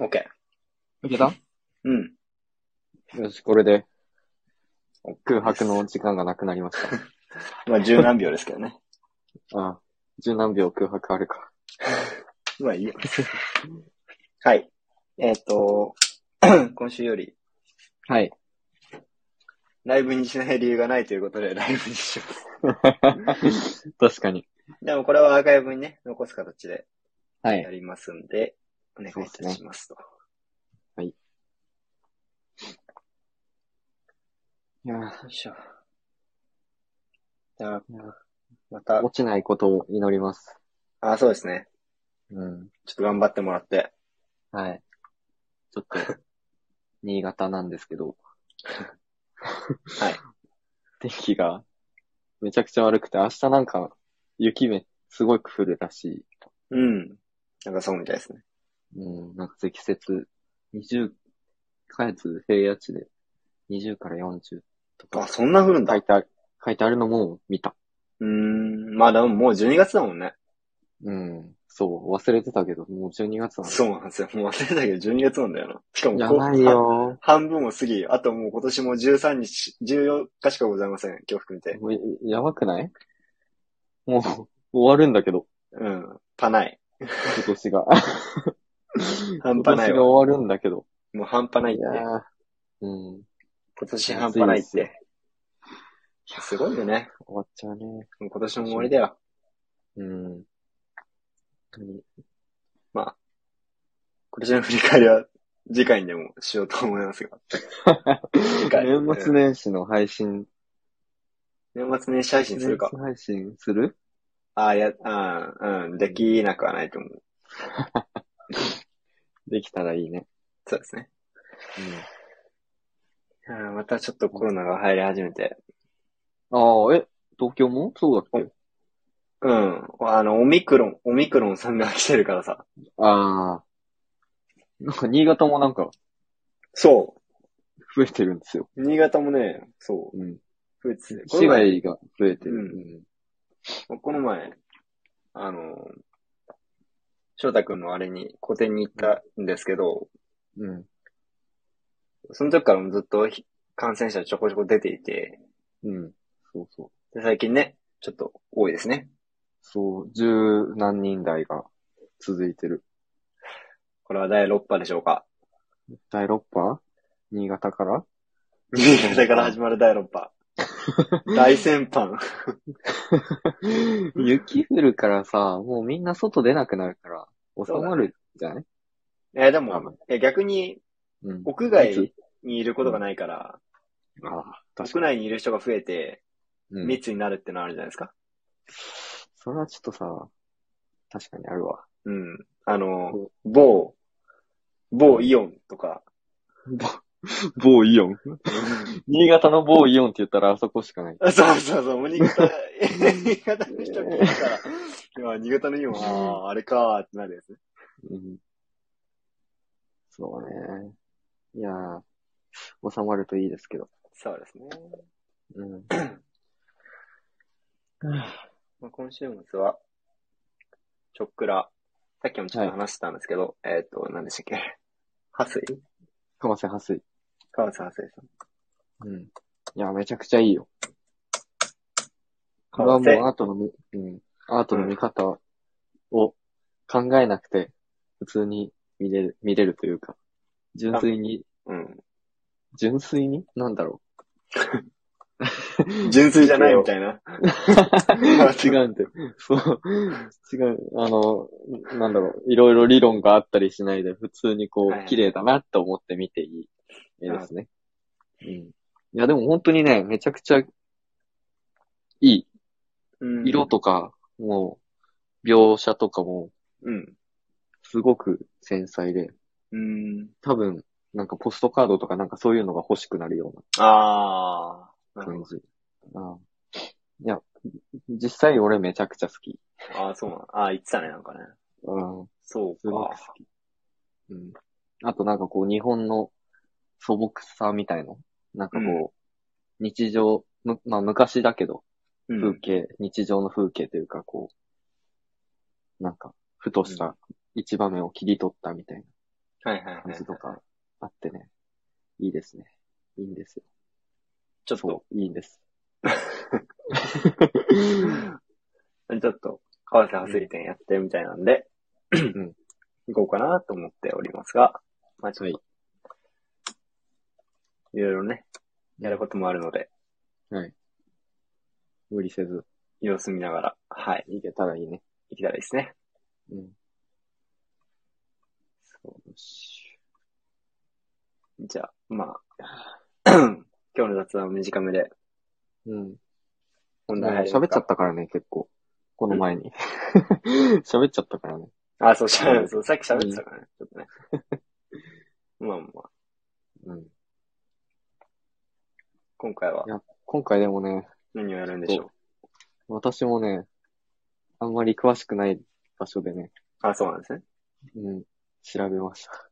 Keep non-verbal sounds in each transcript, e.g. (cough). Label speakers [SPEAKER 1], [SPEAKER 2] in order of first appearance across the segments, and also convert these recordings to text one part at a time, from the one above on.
[SPEAKER 1] OK。
[SPEAKER 2] いけた
[SPEAKER 1] うん。
[SPEAKER 2] よし、これで空白の時間がなくなりまし
[SPEAKER 1] まあ、十何秒ですけど
[SPEAKER 2] (laughs)
[SPEAKER 1] ね。
[SPEAKER 2] た。ああ、十何秒空白あるか。
[SPEAKER 1] まあ、いいよ。はい。えっ、と、 (clears throat) 今週より
[SPEAKER 2] はい。
[SPEAKER 1] ライブにしない理由がないということで、ライブにします。
[SPEAKER 2] (laughs) 確かに。
[SPEAKER 1] でもこれはアーカイブにね、残す形で
[SPEAKER 2] は
[SPEAKER 1] や
[SPEAKER 2] い。
[SPEAKER 1] りますんで、お願いいたしますと。
[SPEAKER 2] いや
[SPEAKER 1] よいしょ。じゃあ、また
[SPEAKER 2] ー、落ちないことを祈ります。
[SPEAKER 1] あ、そうですね。
[SPEAKER 2] うん。
[SPEAKER 1] ちょっと頑張ってもらって。。
[SPEAKER 2] はい。ちょっと、 (laughs) 新潟なんですけど。はい (laughs) 天気がめちゃくちゃ悪くて、明日なんか雪めすごく降るらしい。
[SPEAKER 1] うん。なんかそうみたいですね。
[SPEAKER 2] うん、なんか積雪、20、下越平野地で20から40と
[SPEAKER 1] あ、
[SPEAKER 2] か、
[SPEAKER 1] そんな降るんだ。
[SPEAKER 2] 書いてある、書いてあるのも見た。
[SPEAKER 1] うーん。まあでももう12月だもんね。
[SPEAKER 2] うん、そう、忘れてたけど、もう12月なんだ
[SPEAKER 1] そうなんですよ。もう忘れてたけど12月なんだよな。しかも
[SPEAKER 2] や
[SPEAKER 1] こう
[SPEAKER 2] ばいよ
[SPEAKER 1] 半分を過ぎ、あともう今年も13日、14日しかございません。今日含めて。
[SPEAKER 2] もうや (laughs) やばくないもう、終わるんだけど、
[SPEAKER 1] うん。パない。
[SPEAKER 2] 今年が。
[SPEAKER 1] 半
[SPEAKER 2] 今
[SPEAKER 1] 端ない
[SPEAKER 2] 年が
[SPEAKER 1] わ。
[SPEAKER 2] 終わるんだけど。
[SPEAKER 1] もう半端ないっ
[SPEAKER 2] い
[SPEAKER 1] て。
[SPEAKER 2] やーうん。
[SPEAKER 1] 今年半端ないっ
[SPEAKER 2] 暑いで
[SPEAKER 1] て。すごいよね。
[SPEAKER 2] 終わっちゃうね。
[SPEAKER 1] もう今年も終わりだよ。
[SPEAKER 2] うん。本当に
[SPEAKER 1] 今年の振り返りは次回にでもしようと思いますが。次回
[SPEAKER 2] 年末年始の配信、
[SPEAKER 1] 年末年始配信するか
[SPEAKER 2] 年。末配信する
[SPEAKER 1] ああ、や、ああ、うん、できなくはないと思う。
[SPEAKER 2] できたらいいね。
[SPEAKER 1] そうですね。
[SPEAKER 2] うん。
[SPEAKER 1] あーまたちょっとコロナが入り始めて。
[SPEAKER 2] ああ、え、東京もそうだっけ
[SPEAKER 1] うん。あの、オミクロン、オミクロンさんが来てるからさ。
[SPEAKER 2] ああ。なんか新潟もなんか
[SPEAKER 1] そ
[SPEAKER 2] 増えてるんですよ。
[SPEAKER 1] う。新潟もね、そう。
[SPEAKER 2] うん。
[SPEAKER 1] 増えててこ
[SPEAKER 2] 市
[SPEAKER 1] の前、
[SPEAKER 2] 街が増えてる。
[SPEAKER 1] この前、あの、翔太くんのあれに、個展に行ったんですけど、
[SPEAKER 2] うん。うん。
[SPEAKER 1] その時からもずっとひ感染者ちょこちょこ出ていて、
[SPEAKER 2] うん。そうそう。
[SPEAKER 1] で最近ね、ちょっと多いですね。
[SPEAKER 2] そう、十何人台が続いてる。
[SPEAKER 1] これは第6波でしょうか。
[SPEAKER 2] 第6波新
[SPEAKER 1] (laughs)
[SPEAKER 2] 潟から
[SPEAKER 1] 新潟から始まる第6波。
[SPEAKER 2] (laughs)
[SPEAKER 1] 大先般。
[SPEAKER 2] 雪降るからさ、もうみんな外出なくなるから、収まるじゃない
[SPEAKER 1] え、で
[SPEAKER 2] あ
[SPEAKER 1] も
[SPEAKER 2] まあ、
[SPEAKER 1] え逆に、
[SPEAKER 2] うん。
[SPEAKER 1] 屋外にいることがないから、
[SPEAKER 2] ああ、確か
[SPEAKER 1] 屋内にいる人が増えて、
[SPEAKER 2] に。うん。
[SPEAKER 1] 密になるってのはあるじゃないですか。
[SPEAKER 2] それはちょっとさ、確かにあるわ。
[SPEAKER 1] うん。あ
[SPEAKER 2] う
[SPEAKER 1] の、某、某イオンとか、
[SPEAKER 2] 某イオン (laughs) 新潟の某イオンって言ったらあそこしかない。
[SPEAKER 1] (laughs) そうそうそう、もう新 (laughs) 潟、新潟の人聞いたら、いや新潟のイオン、ああ、あれかーってなるやつね。
[SPEAKER 2] うん、そうね。いやー、収まるといいですけど。
[SPEAKER 1] そうですね。
[SPEAKER 2] うん。 (coughs)
[SPEAKER 1] まあ、今週末は、ちょっくら、さっきもちょっと話したんですけど、えっ、と、何でしたっけ。ハスイ
[SPEAKER 2] かませはすい。
[SPEAKER 1] 川瀬ハスイさん。
[SPEAKER 2] うん。いや、めちゃくちゃいいよ。これ
[SPEAKER 1] 川
[SPEAKER 2] はも
[SPEAKER 1] 瀬
[SPEAKER 2] うアートのみ、うん、アートの見方を考えなくて、普通に見れる、見れるというか、純粋に、
[SPEAKER 1] うん。
[SPEAKER 2] 純粋になんだろ
[SPEAKER 1] 純粋じゃないみた (laughs) いな。
[SPEAKER 2] う。 (laughs) 違うんで、そう、違う、あの、なんだろう、いろいろ理論があったりしないで、普通にこ、
[SPEAKER 1] はいはいう
[SPEAKER 2] 綺麗だなと思って見ていい絵ですね。うん。いや、でも本当にね、めちゃくちゃいい。
[SPEAKER 1] うん
[SPEAKER 2] 色。とか、もう、描写とかも、
[SPEAKER 1] うん。
[SPEAKER 2] すごく繊細で、
[SPEAKER 1] うん。
[SPEAKER 2] 多分、なんかポストカードとかなんかそういうのが欲しくなるよ
[SPEAKER 1] ああ
[SPEAKER 2] うな。感じ。あいや、実際俺めちゃくちゃ好き。
[SPEAKER 1] ああ、そうなん。ああ、言ってたね、なんかね。
[SPEAKER 2] うん、
[SPEAKER 1] そう
[SPEAKER 2] すごく好
[SPEAKER 1] か。
[SPEAKER 2] き。うん。あとなんかこう、日本の素朴さみたいな。なんかこう、日常、むまあ昔だけど、
[SPEAKER 1] う
[SPEAKER 2] 風
[SPEAKER 1] ん。
[SPEAKER 2] 景、日常の風景というか、こう、なんか、ふとした一場面を切り取ったみたいな
[SPEAKER 1] はいはいは
[SPEAKER 2] 感
[SPEAKER 1] い
[SPEAKER 2] じ。とかあってね、いいですね。いいんですよ。
[SPEAKER 1] ちょっと、
[SPEAKER 2] そう、いいん
[SPEAKER 1] (laughs)
[SPEAKER 2] です。
[SPEAKER 1] ちょっと、合わせ発売店やってるみたいなんで、
[SPEAKER 2] ん
[SPEAKER 1] 行こうかなと思っておりますが、まあちょっと、い、ろいろね、やることもあるので、
[SPEAKER 2] はい。無理せず、
[SPEAKER 1] 様子見ながら、はい、
[SPEAKER 2] いけたらいいね。
[SPEAKER 1] 行きたいですね。
[SPEAKER 2] うん。
[SPEAKER 1] そうし。じゃあ、まあ、 (coughs) 今日の雑談は短めで、
[SPEAKER 2] うん。
[SPEAKER 1] 本題入りますか
[SPEAKER 2] 喋っちゃったからね、結構。この前に。 (laughs) 喋っちゃったからね。
[SPEAKER 1] あ、そう、しゃべそう、さっき喋ってたからね、ちょっとね。 (laughs) まあまあ、
[SPEAKER 2] うん。
[SPEAKER 1] 今回はい
[SPEAKER 2] や今回でもね、
[SPEAKER 1] 何をやるんでしょう。
[SPEAKER 2] 私もね、あんまり詳しくない場所でね、
[SPEAKER 1] あ、そうなんですね。
[SPEAKER 2] うん、調べました。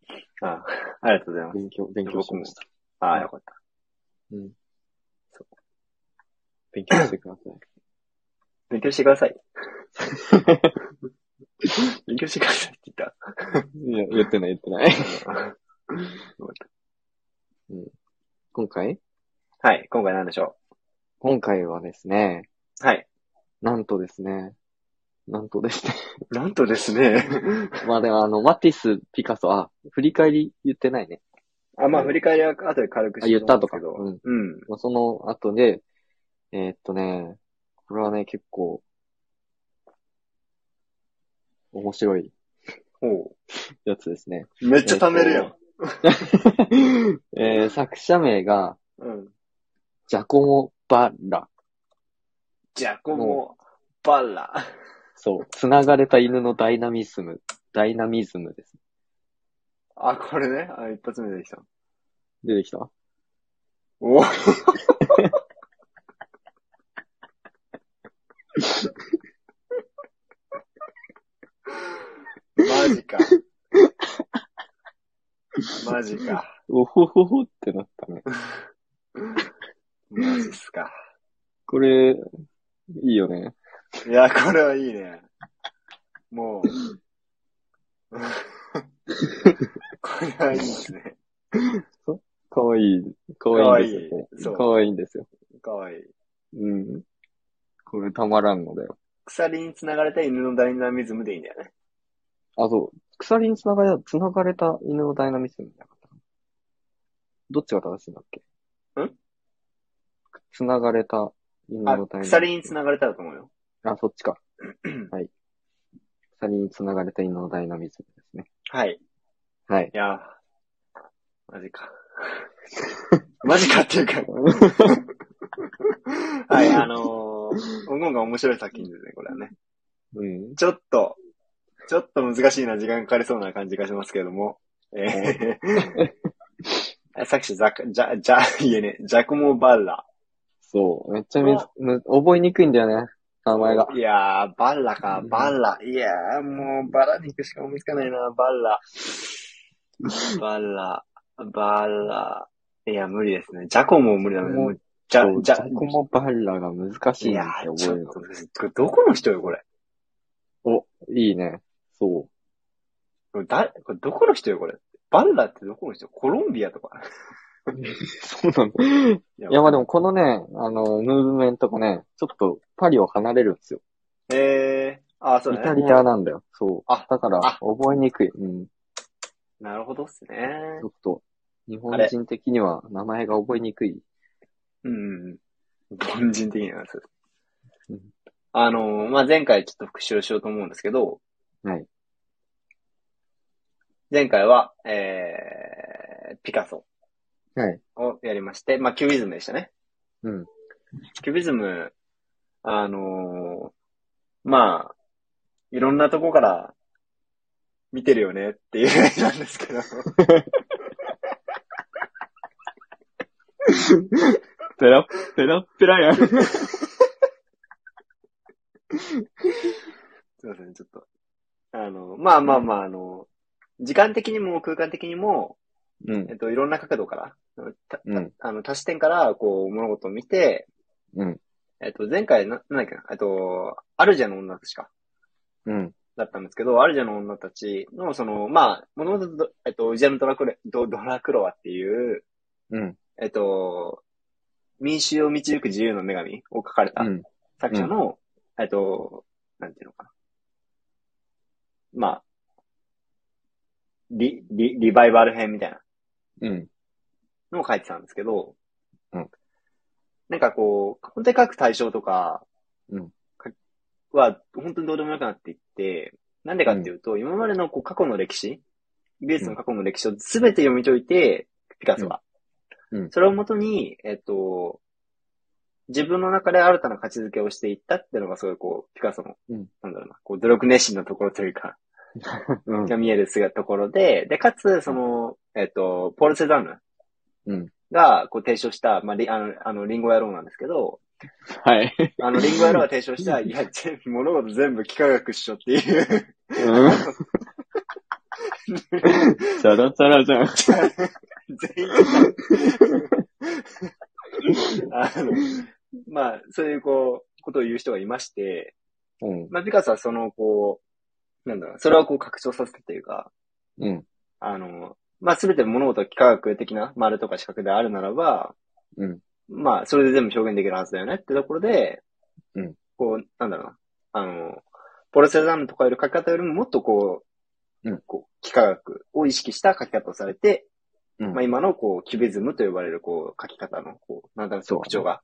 [SPEAKER 1] あ、ありがとうございます。
[SPEAKER 2] 勉強、勉強しました。
[SPEAKER 1] ああ、よかった。
[SPEAKER 2] うん。
[SPEAKER 1] そう
[SPEAKER 2] 勉強してください。
[SPEAKER 1] 勉強してくだ (laughs) さい。勉強してくださいって言っ
[SPEAKER 2] (laughs) いや、言ってない言ってない。
[SPEAKER 1] た。
[SPEAKER 2] (laughs) 今回
[SPEAKER 1] はい、今回何でしょ
[SPEAKER 2] 今回はですね、
[SPEAKER 1] う。はい。
[SPEAKER 2] なんとですね、なんとですね。 (laughs)
[SPEAKER 1] なんとですね。
[SPEAKER 2] まあでもあの、マティス、ピカソ、あ、振り返り言ってないね。
[SPEAKER 1] あ、まあ、振り返りは後で軽く
[SPEAKER 2] あ、言ったと
[SPEAKER 1] と
[SPEAKER 2] か。
[SPEAKER 1] ど。
[SPEAKER 2] うん。
[SPEAKER 1] うん。
[SPEAKER 2] まあ、その後で、えーっとね、これはね、結構、面白い
[SPEAKER 1] おう
[SPEAKER 2] やつですね。
[SPEAKER 1] めっちゃ貯めるやん。
[SPEAKER 2] えー、作者名が、
[SPEAKER 1] うん。
[SPEAKER 2] ジャコモ・バッラ。
[SPEAKER 1] じゃ、こも、バラ。
[SPEAKER 2] そう。繋がれた犬のダイナミズム。ダイナミズムです。
[SPEAKER 1] あ、これね。あ、一発目できた。
[SPEAKER 2] 出てきた
[SPEAKER 1] おぉ。マジか。マジか。
[SPEAKER 2] おほほほってなったね。
[SPEAKER 1] マジっすか。
[SPEAKER 2] これ、いいよね。
[SPEAKER 1] いや、これはいいね。もう。これはいいですね。
[SPEAKER 2] かわいい。かわいいん
[SPEAKER 1] かわ
[SPEAKER 2] です
[SPEAKER 1] い
[SPEAKER 2] よ
[SPEAKER 1] いそ。う
[SPEAKER 2] かわいいんですよ。
[SPEAKER 1] かわいい。
[SPEAKER 2] うん。これたまらんのだよ。
[SPEAKER 1] 鎖に繋がれた犬のダイナミズムでいいんだよね。
[SPEAKER 2] あ、そう。鎖に繋がれた、繋がれた犬のダイナミズムじゃなかったかなどっちが正しいんだっけ
[SPEAKER 1] ん
[SPEAKER 2] 繋がれた犬
[SPEAKER 1] あ
[SPEAKER 2] のダイナミズム。。
[SPEAKER 1] 鎖に繋がれたらと思うよ。
[SPEAKER 2] あ、そっ
[SPEAKER 1] (clears throat)
[SPEAKER 2] ちか。はい。鎖に繋がれた犬のダイナミズムですね。
[SPEAKER 1] はい。
[SPEAKER 2] はい。
[SPEAKER 1] いやー、マジか。 (laughs) マジかっていうか、はい、あのー、音が面白い作品ですね、これはね。
[SPEAKER 2] うん。
[SPEAKER 1] ちょっと、ちょっと難しいな、時間かかりそうな感じがしますけれども、えー、 (laughs) 作詞ザク、じゃ、じゃ、言えねえ、ジャクモ・バッラ。
[SPEAKER 2] そう。めっちゃみず、む覚えにくいんだよね。名前が。
[SPEAKER 1] いやー、バッラか、バッラ。いやー、もう、バラに行くしか思いつかないな、バッラ。バッラ、バッラ。いや、無理ですね。ジャコも無理だね。もうじゃ
[SPEAKER 2] そ、う
[SPEAKER 1] じゃ
[SPEAKER 2] ジ、ャコモバッラが難しい
[SPEAKER 1] い
[SPEAKER 2] んで
[SPEAKER 1] やー、
[SPEAKER 2] すよ、
[SPEAKER 1] ち
[SPEAKER 2] 覚え
[SPEAKER 1] ょっ
[SPEAKER 2] るの。
[SPEAKER 1] と難しい。これどこの人よ、これ。
[SPEAKER 2] お、いいね。そ
[SPEAKER 1] これだ、これどこの人よ、これ。バッラってどこの人コロンビアとか。
[SPEAKER 2] う。 (laughs) そうなの。い
[SPEAKER 1] いや
[SPEAKER 2] や、まあでもこのね、あの、ムーブメントもね、ちょっとパリを離れるんですよ。
[SPEAKER 1] えー、あー、そう
[SPEAKER 2] イ
[SPEAKER 1] だ
[SPEAKER 2] タ
[SPEAKER 1] ね
[SPEAKER 2] リ。アなんだよ。そう。
[SPEAKER 1] あ
[SPEAKER 2] だから、
[SPEAKER 1] あ
[SPEAKER 2] 覚えにくい。うん。
[SPEAKER 1] なるほどっすね。
[SPEAKER 2] ちょっと、日本
[SPEAKER 1] あれ
[SPEAKER 2] 人的には名前が覚えにくい。
[SPEAKER 1] うんうん。凡人的なやつ
[SPEAKER 2] うん。
[SPEAKER 1] あのー、まあ、前回ちょっと復習しようと思うんですけど、
[SPEAKER 2] はい。
[SPEAKER 1] 前回は、えー、ピカソ
[SPEAKER 2] はい。
[SPEAKER 1] をやりまして、まあ、キュビズムでしたね。
[SPEAKER 2] うん。
[SPEAKER 1] キュビズム、あのーまあ、いろんなとこから見てるよねっていう意味なんですけど。
[SPEAKER 2] ペラ、ペラペラやん。
[SPEAKER 1] すいません、ちょっと。あの、まあまあまあ、あの、時間的にも空間的にも、
[SPEAKER 2] うん
[SPEAKER 1] え。っと、いろんな角度から、た
[SPEAKER 2] うん。
[SPEAKER 1] あの、多視点から、こう、物事を見て、
[SPEAKER 2] うん。
[SPEAKER 1] えっと、前回な、なんだっけな、えっと、アルジェの女たちか。
[SPEAKER 2] うん。
[SPEAKER 1] だったんですけど、アルジャの女たちの、その、まあ、もともとど、えっと、ウジャのドラクレ、ドドラクロワっていう、
[SPEAKER 2] うん。
[SPEAKER 1] えっと、民衆を導く自由の女神を書かれた
[SPEAKER 2] うん。
[SPEAKER 1] 作者の、えっと、なんていうのかな。まあ、リ、リ、リバイバル編みたいな
[SPEAKER 2] うん。
[SPEAKER 1] のを書いてたんですけど、
[SPEAKER 2] うん
[SPEAKER 1] なんかこう、本当に書く対象とか、
[SPEAKER 2] うん
[SPEAKER 1] かは、本当にどうでもよくなっていって、なんでかっていうと、今までのこう過去の歴史、美術の過去の歴史を全て読み解いて、ピカソが。
[SPEAKER 2] うんうん
[SPEAKER 1] それをもとに、えっと、自分の中で新たな価値づけをしていったっていうのがすごいこう、ピカソの、
[SPEAKER 2] うん
[SPEAKER 1] なんだろうな、こう、努力熱心のところというか、
[SPEAKER 2] うん。
[SPEAKER 1] が見える姿ところで、で、かつ、その、えっと、ポール・セザンヌ
[SPEAKER 2] うん
[SPEAKER 1] が、こう、提唱した、まあ、りあの、あの、リンゴ野郎なんですけど、
[SPEAKER 2] (laughs) はい。
[SPEAKER 1] あの、リンゴ野郎が提唱した、いや、全部物事全部幾何学っしょって
[SPEAKER 2] (laughs)
[SPEAKER 1] いう、
[SPEAKER 2] うん。チャラチャラじゃん。
[SPEAKER 1] 全員、あの、まあ、そういう、こう、ことを言う人がいまして、
[SPEAKER 2] うん。
[SPEAKER 1] まあ、ピカソはその、こう、なんだろう、それをこう、拡張させたというか、
[SPEAKER 2] うん。
[SPEAKER 1] あの、まあ、すべて物事は幾何学的な丸とか四角であるならば、
[SPEAKER 2] うん。
[SPEAKER 1] まあ、それで全部表現できるはずだよねってところで、
[SPEAKER 2] うん。
[SPEAKER 1] こう、なんだろうな。あの、ポルセザンヌとかより書き方よりももっとこう、
[SPEAKER 2] うん
[SPEAKER 1] こう、幾何学を意識した書き方をされて、
[SPEAKER 2] うん
[SPEAKER 1] まあ今のこう、キュビズムと呼ばれるこう、書き方のこう、なんだろう
[SPEAKER 2] そう
[SPEAKER 1] 特徴が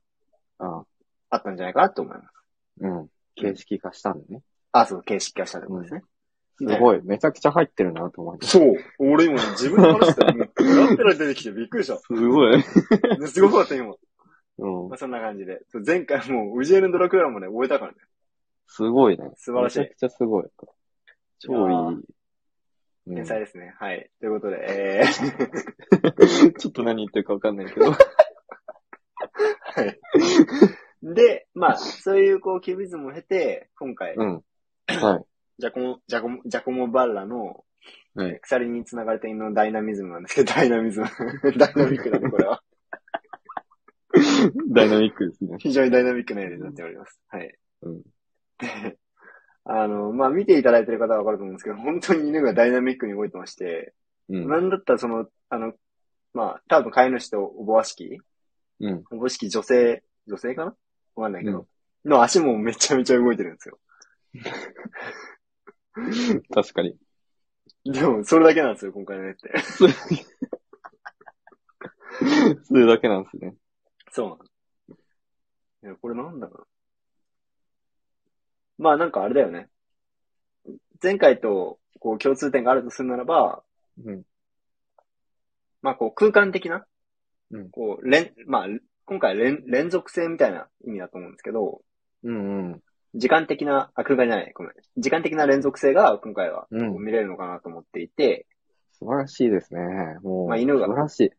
[SPEAKER 2] あ
[SPEAKER 1] あったんじゃないかなと思います。
[SPEAKER 2] うん。形式化したんだね。
[SPEAKER 1] あ、そう、形式化したところですね。
[SPEAKER 2] す
[SPEAKER 1] ね
[SPEAKER 2] ごい。めちゃくちゃ入ってるなと思って。す
[SPEAKER 1] そう。俺今自分の話してたら、もう、ペラペラ出てきてびっくりした。
[SPEAKER 2] (laughs) ごい。
[SPEAKER 1] すごかった今。
[SPEAKER 2] うん
[SPEAKER 1] まあ。そんな感じで。そう前回もう、ウジエルのドラクエラもね、終えたからね。
[SPEAKER 2] すごいね。
[SPEAKER 1] 素晴らしい
[SPEAKER 2] めちゃくちゃすごい。超いい。うん
[SPEAKER 1] 天才ですね。はい。ということで、えー、
[SPEAKER 2] (laughs) ちょっと何言ってるかわかんないけど。
[SPEAKER 1] (laughs) で、まあ、そういう、こう、キュビズムを経て、今回、
[SPEAKER 2] うん。はい。
[SPEAKER 1] ジャコモ、ジャコモ、ジャコモバッラの、
[SPEAKER 2] はい。
[SPEAKER 1] 鎖に繋がれた犬のダイナミズムなんですけど、ダイ (laughs) ナミズム。ダイナミックだね、これは。 (laughs)
[SPEAKER 2] ダイナミックですね。
[SPEAKER 1] 非常にダイナミックな絵になっております。はい。
[SPEAKER 2] うん
[SPEAKER 1] で、あの、まあ、見ていただいてる方はわかると思うんですけど、本当に犬がダイナミックに動いてまして、
[SPEAKER 2] うん。
[SPEAKER 1] なんだったらその、あの、まあ、多分飼い主とおぼわしき、
[SPEAKER 2] うん。
[SPEAKER 1] おぼわしき女性、女性かなわかんないけ
[SPEAKER 2] う
[SPEAKER 1] ど、の足もめちゃめちゃ動いてるんですよ。
[SPEAKER 2] 確かに。
[SPEAKER 1] でも、それだけなんですよ、今回の絵って。 (laughs)
[SPEAKER 2] それだけなんですね。
[SPEAKER 1] そうなの。いや、これなんだろう。まあ、なんかあれだよね。前回と、こう、共通点があるとするならば、
[SPEAKER 2] うん。
[SPEAKER 1] まあ、こう、空間的な、
[SPEAKER 2] うん
[SPEAKER 1] こう、連、まあ、今回連、連続性みたいな意味だと思うんですけど、
[SPEAKER 2] うんうん。
[SPEAKER 1] 時間的な、あ、空間じゃない、ごめん。時間的な連続性が今回は、
[SPEAKER 2] うん
[SPEAKER 1] こう見れるのかなと思ってい
[SPEAKER 2] (laughs)
[SPEAKER 1] て、
[SPEAKER 2] 素晴らしいですね。もう。
[SPEAKER 1] まあ犬が
[SPEAKER 2] 素晴らしい。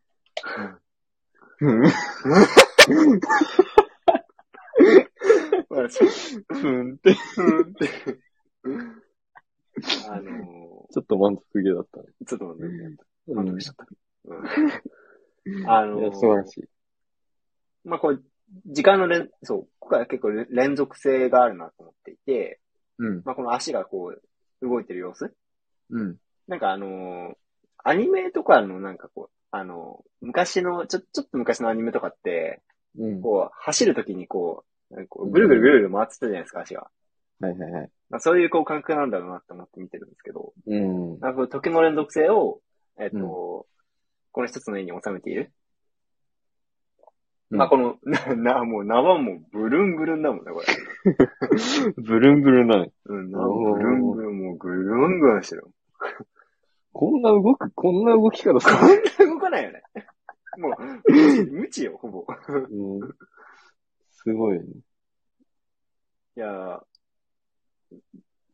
[SPEAKER 2] うん。
[SPEAKER 1] だからそう
[SPEAKER 2] うんって、
[SPEAKER 1] あのー
[SPEAKER 2] ちょっと満足げだったね。
[SPEAKER 1] ちょっと待って、
[SPEAKER 2] うん。
[SPEAKER 1] ちゃった。うん、あ
[SPEAKER 2] い
[SPEAKER 1] の
[SPEAKER 2] や素晴らしい。
[SPEAKER 1] まあ、こう、時間の連、そう、ここは結構連連続性があるなと思っていて、
[SPEAKER 2] うん。
[SPEAKER 1] まあ、この足がこう、動いてる様子
[SPEAKER 2] うん。
[SPEAKER 1] なんかあのーアニメとかのなんかこう、あのー昔の、ちょ、ちょっと昔のアニメとかって、
[SPEAKER 2] うん。は
[SPEAKER 1] こう、走るときにこう、なんかこうぐるぐるぐるぐる回ってたじゃないですか、足が。
[SPEAKER 2] いはいはい。
[SPEAKER 1] まあ、そういうこう感覚なんだろうなと思って見てるんですけど、
[SPEAKER 2] うん。
[SPEAKER 1] なんかこう時の連続性を、えっと、
[SPEAKER 2] うん
[SPEAKER 1] この一つの絵に収めている。
[SPEAKER 2] うん
[SPEAKER 1] まあ、この、な、な、もう縄もブルンブルンだもんね、これ。
[SPEAKER 2] ブルンブルンだね。
[SPEAKER 1] うん、縄
[SPEAKER 2] お
[SPEAKER 1] も
[SPEAKER 2] ー
[SPEAKER 1] ブルンブルン、もうぐるんぐるんしてる。
[SPEAKER 2] こんな動く、こんな動き方す
[SPEAKER 1] こ
[SPEAKER 2] る
[SPEAKER 1] ん
[SPEAKER 2] (laughs)
[SPEAKER 1] な (laughs) 動かないよね。もう、無知無知よ、ほぼ。
[SPEAKER 2] うん。すごいね。
[SPEAKER 1] いやー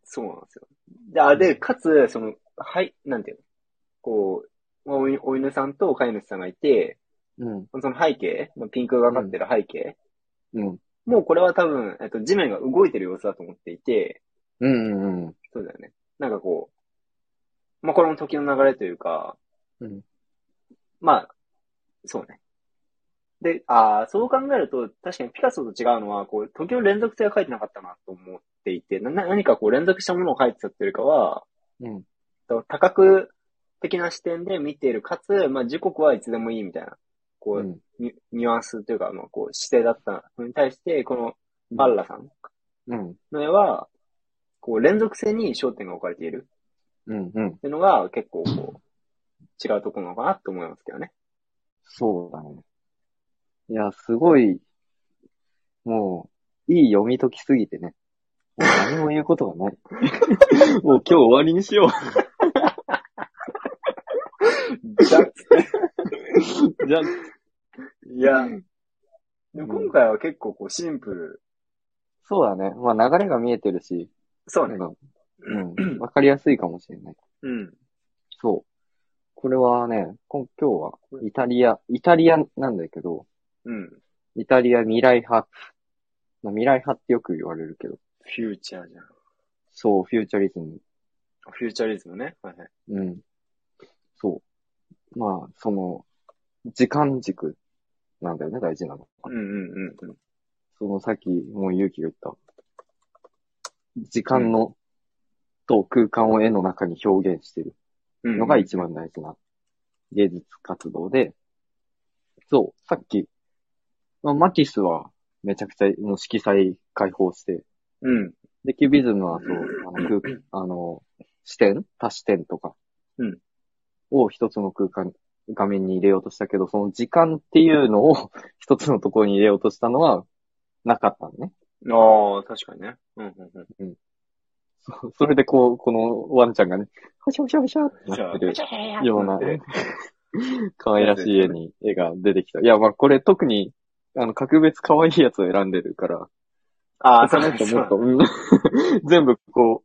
[SPEAKER 1] そうなんですよ。で、あ、で、かつ、その、はい、なんていうのこう、まあおいお犬さんと飼い主さんがいて、
[SPEAKER 2] うん。
[SPEAKER 1] その背景、まあピンクがかってる背景、
[SPEAKER 2] うん。
[SPEAKER 1] もうこれは多分、えっと、地面が動いてる様子だと思っていて、
[SPEAKER 2] うんうんうん。
[SPEAKER 1] そうだよね。なんかこう、まあ、これも時の流れというか、
[SPEAKER 2] うん
[SPEAKER 1] まあ、そうね。で、ああ、そう考えると、確かにピカソと違うのは、こう、時の連続性が書いてなかったなと思っっていて、なな何かこう連続したものを書いてたっていうよりかは、
[SPEAKER 2] うん。
[SPEAKER 1] と多角的な視点で見ている、かつ、まあ、時刻はいつでもいいみたいな、こう、
[SPEAKER 2] うん。
[SPEAKER 1] ニュニュアンスというか、まあ、こう、姿勢だったのに対して、このバッラさん
[SPEAKER 2] うん。
[SPEAKER 1] の絵は、こう、連続性に焦点が置かれている
[SPEAKER 2] うん。うん。
[SPEAKER 1] っていうのが、結構、こう、違うところなのかなと思いますけどね。
[SPEAKER 2] そうだね。いや、すごい、もう、いい読み解きすぎてね。もう何も言うことがない。 (laughs) もう今日終わりにしよ
[SPEAKER 1] じゃあ、
[SPEAKER 2] う。じゃあ、
[SPEAKER 1] いや、でも今回は結構、こう、シンプル。
[SPEAKER 2] そうだね。まあ流れが見えてるし、
[SPEAKER 1] そう
[SPEAKER 2] なん
[SPEAKER 1] ね。
[SPEAKER 2] か、うん、わかりやすいかもしれない。
[SPEAKER 1] うん。
[SPEAKER 2] そう。これはね、こ今日はイタリア、イタリアなんだけど、
[SPEAKER 1] うん。
[SPEAKER 2] イタリア未来派。まあ、未来派ってよく言われるけど、
[SPEAKER 1] フューチャーじゃん。
[SPEAKER 2] そう、フューチャリズム。
[SPEAKER 1] フューチャリズムね。はいはい。
[SPEAKER 2] うん。そう。まあ、その、時間軸なんだよね、大事なの。
[SPEAKER 1] うんうんうんうん。
[SPEAKER 2] そのさっき、もう勇気が言った。時間の、と空間を絵の中に表現してる
[SPEAKER 1] うん
[SPEAKER 2] のが一番大事な芸術活動で、そう、さっき、まあ、マティスはめちゃくちゃもう色彩解放して、
[SPEAKER 1] うん。
[SPEAKER 2] で、キュビズムはそう、あの、
[SPEAKER 1] (clears throat)
[SPEAKER 2] 空あの視点多視点とか
[SPEAKER 1] うん
[SPEAKER 2] を一つの空間、画面に入れようとしたけど、その時間っていうのを (laughs) 一つのところに入れようとしたのはなかったのね。
[SPEAKER 1] ああ、確かにね。うんうんうん。
[SPEAKER 2] そそれでこう、このワンちゃんがね、ほしょほしょほしょってなってるよ
[SPEAKER 1] (laughs)
[SPEAKER 2] うな
[SPEAKER 1] ってなって、
[SPEAKER 2] 可愛らしい絵に、絵が出てきた。いや、まあこれ特に、あの、格別可愛いやつを選んでるから、
[SPEAKER 1] ああ、
[SPEAKER 2] そ
[SPEAKER 1] そう
[SPEAKER 2] の
[SPEAKER 1] ね
[SPEAKER 2] 人もっと、うん (laughs) 全部こ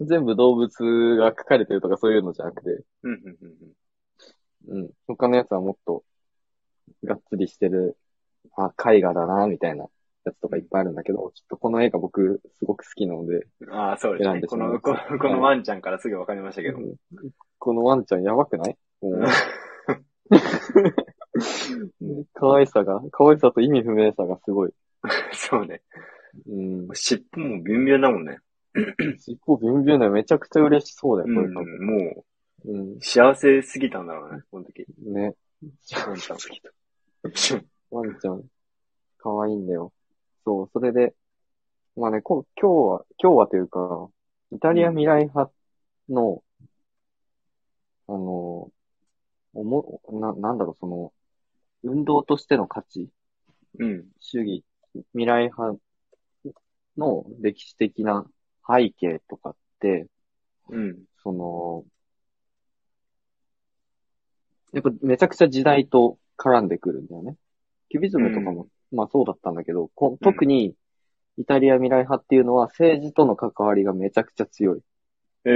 [SPEAKER 2] う、全部動物が描かれてるとかそういうのじゃなくて、
[SPEAKER 1] うんうんうんうん。
[SPEAKER 2] うん。他のやつはもっと、がっつりしてる、あ、絵画だな、みたいなやつとかいっぱいあるんだけど、ちょっとこの絵が僕、すごく好きなので、
[SPEAKER 1] ああ、そうです
[SPEAKER 2] 選ん
[SPEAKER 1] ね。
[SPEAKER 2] でし
[SPEAKER 1] こ
[SPEAKER 2] まいま
[SPEAKER 1] の、
[SPEAKER 2] す
[SPEAKER 1] この、このワンちゃんからすぐ分かりましたけど。
[SPEAKER 2] このワンちゃんやばくないもう可愛さが、可愛さと意味不明さがすごい。
[SPEAKER 1] (laughs) そうね。
[SPEAKER 2] うん。
[SPEAKER 1] 尻尾もビンビンだもんね。
[SPEAKER 2] 尻尾ビンビンだよ。めちゃくちゃ嬉しそうだ
[SPEAKER 1] うん
[SPEAKER 2] よ、これ多分。
[SPEAKER 1] も
[SPEAKER 2] うん
[SPEAKER 1] う、。幸せすぎたんだろうね、この時。
[SPEAKER 2] ね。
[SPEAKER 1] ワンちゃん。
[SPEAKER 2] ワンちゃん、可愛いんだよ。そう、それで、まあね、こ今日は、今日はというか、イタリア未来派の、あの、おも、な、なんだろう、その、運動としての価値、
[SPEAKER 1] うん。
[SPEAKER 2] 主義、未来派の歴史的な背景とかって、
[SPEAKER 1] うん。
[SPEAKER 2] その、やっぱめちゃくちゃ時代と絡んでくるんだよね。キュビズムとかも、まあそうだったんだけど、こ特にイタリア未来派っていうのは政治との関わりがめちゃくちゃ強い。
[SPEAKER 1] え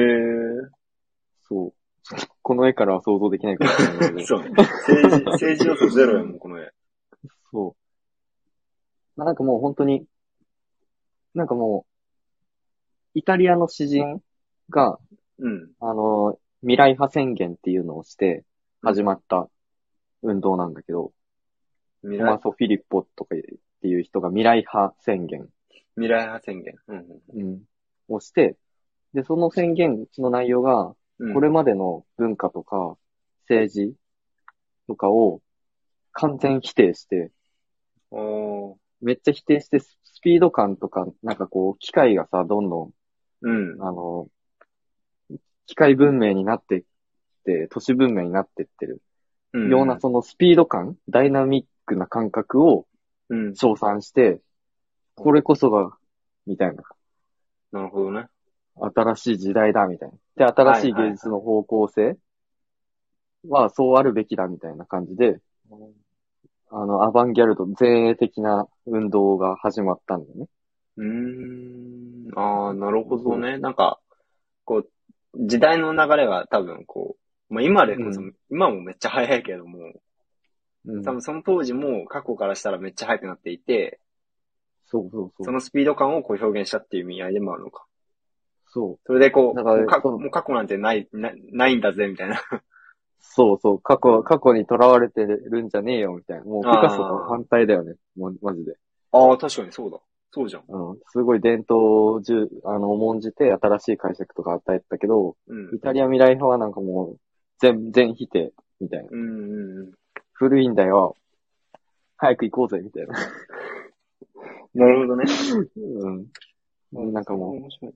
[SPEAKER 2] そう。 (laughs) この絵からは想像できないかもしれないけど
[SPEAKER 1] ー、。
[SPEAKER 2] (laughs)
[SPEAKER 1] そうね。政治、政治要素ゼロやもん、この絵。
[SPEAKER 2] そう。まあなんかもう本当に、なんかもう、イタリアの詩人が、
[SPEAKER 1] うん。
[SPEAKER 2] あの、未来派宣言っていうのをして始まった運動なんだけど、
[SPEAKER 1] 未
[SPEAKER 2] トマ
[SPEAKER 1] 来、
[SPEAKER 2] ソ・フィリッポとかっていう人が未来派宣言、
[SPEAKER 1] 未来派宣言。うん
[SPEAKER 2] うんをして、で、その宣言の内容が、
[SPEAKER 1] うん。うん
[SPEAKER 2] これ、までの文化とか政治とかを完全否定して、
[SPEAKER 1] おー。
[SPEAKER 2] めっちゃ否定して、ススピード感とか、なんかこう、機械がさ、どんど
[SPEAKER 1] うん
[SPEAKER 2] ん、。あの、機械文明になってって、都市文明になってってる
[SPEAKER 1] うん
[SPEAKER 2] ような、そのスピード感、ダイナミックな感覚を
[SPEAKER 1] うん。
[SPEAKER 2] 称賛して、これこそが、みたいな。
[SPEAKER 1] なるほどね。
[SPEAKER 2] 新しい時代だ、みたいな。で、新しい芸術の方向性はそうあるべきだ、みたいな感じで、あの、アバンギャルド、前衛的な運動が始まったんだよね。
[SPEAKER 1] うーん。ああ、なるほどね。なんか、こう、時代の流れが多分こう、まあ今でこそ、
[SPEAKER 2] う
[SPEAKER 1] 今もめっちゃ早いけども、
[SPEAKER 2] うん。
[SPEAKER 1] 多
[SPEAKER 2] そう
[SPEAKER 1] 分その当時も過去からしたらめっちゃ早くなっていて、
[SPEAKER 2] そうそ。
[SPEAKER 1] そうのスピード感をこう表現したっていう意味合いでもあるのか。
[SPEAKER 2] そう。
[SPEAKER 1] それでこう、
[SPEAKER 2] だから
[SPEAKER 1] もう過
[SPEAKER 2] そ
[SPEAKER 1] 去
[SPEAKER 2] の
[SPEAKER 1] もう過去なんてない、なないんだぜ、みたいな。
[SPEAKER 2] そうそう。過去、過去に囚われてるんじゃねえよ、みたいな。もう、ピ
[SPEAKER 1] あー
[SPEAKER 2] カソと反対だよね。もう、マジで。
[SPEAKER 1] ああ、確かにそうだ。そうじゃん。
[SPEAKER 2] うん、すごい伝統をじゅあの、重んじて新しい解釈とか与えてたけど、
[SPEAKER 1] うん。
[SPEAKER 2] イタリア未来派はなんかもう、全、全否定、みたいな。
[SPEAKER 1] うんうんうん。
[SPEAKER 2] 古いんだよ。早く行こうぜ、みたいな。
[SPEAKER 1] なるほどね。
[SPEAKER 2] うん。なんかもう、
[SPEAKER 1] 面白い。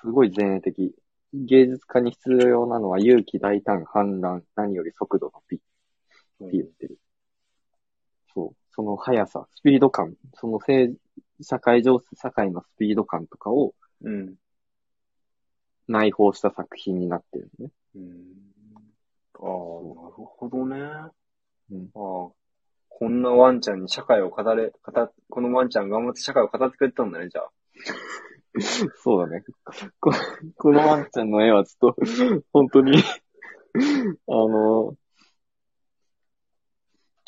[SPEAKER 2] すごい前衛的。芸術家に必要なのは勇気、大胆、反乱、何より速度の美って言ってる。そう。その速さ、スピード感、その政社会情勢、社会のスピード感とかを
[SPEAKER 1] うん。
[SPEAKER 2] 内包した作品になってるね。
[SPEAKER 1] うん。ああ、なるほどね。
[SPEAKER 2] うん
[SPEAKER 1] ああ。こんなワンちゃんに社会を語れ、語っ、このワンちゃん頑張って社会を語ってくれてたんだね、じゃ
[SPEAKER 2] (laughs)
[SPEAKER 1] あ。
[SPEAKER 2] そうだね。ここのワンちゃんの絵はちょっと、本当に、あの、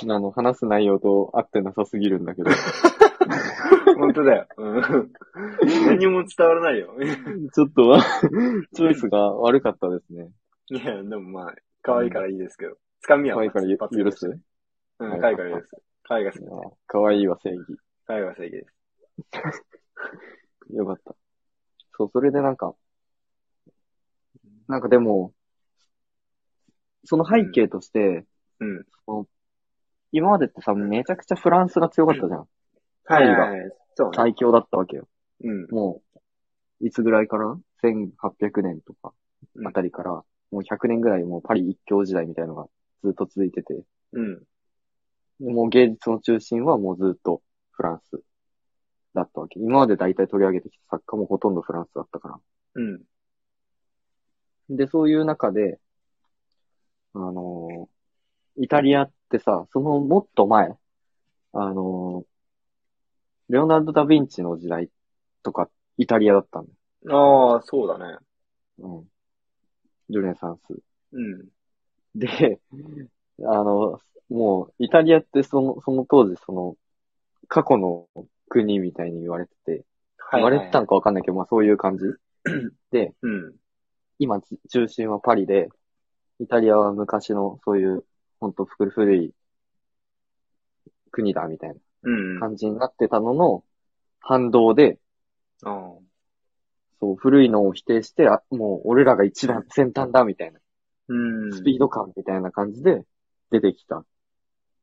[SPEAKER 2] あの、話す内容と合ってなさすぎるんだけど。
[SPEAKER 1] 本当だよ。うん。何も伝わらないよ。
[SPEAKER 2] ちょっと、チョイスが悪かったですね。
[SPEAKER 1] いや、でもまあ、可愛いからいいですけど。つかみは
[SPEAKER 2] 可
[SPEAKER 1] まあ
[SPEAKER 2] 愛いからゆ
[SPEAKER 1] 一発で
[SPEAKER 2] 許す
[SPEAKER 1] うん、可愛いから許す。可愛いが好き。
[SPEAKER 2] あ可愛いは正義。
[SPEAKER 1] 可愛いが正義です。
[SPEAKER 2] よかった。そう、それでなんか、なんかでも、その背景として、
[SPEAKER 1] うん。
[SPEAKER 2] その今までってさ、めちゃくちゃフランスが強かったじゃん。
[SPEAKER 1] は
[SPEAKER 2] はいい
[SPEAKER 1] はいはい。そうね。
[SPEAKER 2] 最強だったわけよ。
[SPEAKER 1] うん。
[SPEAKER 2] もう、いつぐらいから ?1800 年とか
[SPEAKER 1] う、ん
[SPEAKER 2] あたりから、もう100年ぐらいもうパリ一強時代みたいのがずっと続いてて、
[SPEAKER 1] うん。
[SPEAKER 2] もう芸術の中心はもうずっとフランスだったわけ。今まで大体取り上げてきた作家もほとんどフランスだったから。
[SPEAKER 1] うん。
[SPEAKER 2] で、そういう中で、あのーイタリアってさ、そのもっと前、あのーレオナルド・ダ・ヴィンチの時代とか、イタリアだったんだ
[SPEAKER 1] ああ、そうだね。
[SPEAKER 2] よ。うん。ルネサンス。
[SPEAKER 1] うん。
[SPEAKER 2] で、あの、もう、イタリアってその、その当時、その、過去の国みたいに言われてて、
[SPEAKER 1] は
[SPEAKER 2] 言
[SPEAKER 1] いは
[SPEAKER 2] わ
[SPEAKER 1] いはい。
[SPEAKER 2] れてたのかわかんないけど、まあそういう感じ。で、
[SPEAKER 1] うん。
[SPEAKER 2] 今、じ中心はパリで、イタリアは昔のそういう、ほんと古古い国だみたい
[SPEAKER 1] うん。
[SPEAKER 2] な
[SPEAKER 1] あ
[SPEAKER 2] 感じになってたのの、反動で、
[SPEAKER 1] あ。
[SPEAKER 2] そう、古いのを否定して、あもう俺らが一番先端だみたいな、
[SPEAKER 1] うん。
[SPEAKER 2] スピード感みたいな感じで出てきた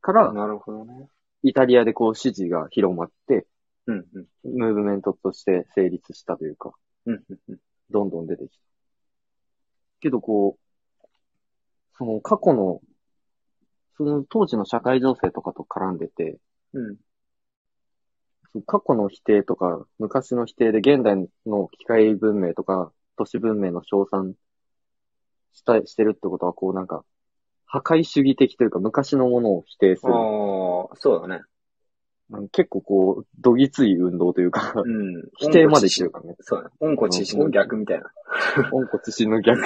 [SPEAKER 2] から、
[SPEAKER 1] なるほどね。
[SPEAKER 2] イタリアでこう支持が広まって、
[SPEAKER 1] うん。うん。
[SPEAKER 2] ムーブメントとして成立したというか、
[SPEAKER 1] うん。うん
[SPEAKER 2] どんどん出てきた。けどこう、その過去の、その当時の社会情勢とかと絡んでて、
[SPEAKER 1] うん。
[SPEAKER 2] その過去の否定とか、昔の否定で現代の機械文明とか、都市文明の称賛した、してるってことは、こうなんか、破壊主義的というか、昔のものを否定する。
[SPEAKER 1] ああ、そうだね。
[SPEAKER 2] うん結構こう、どぎつい運動という (laughs) か、
[SPEAKER 1] うん。
[SPEAKER 2] 否定までしてるからね。 (laughs)
[SPEAKER 1] そうだね。温故知新の逆みたいな。
[SPEAKER 2] 温故知新の逆。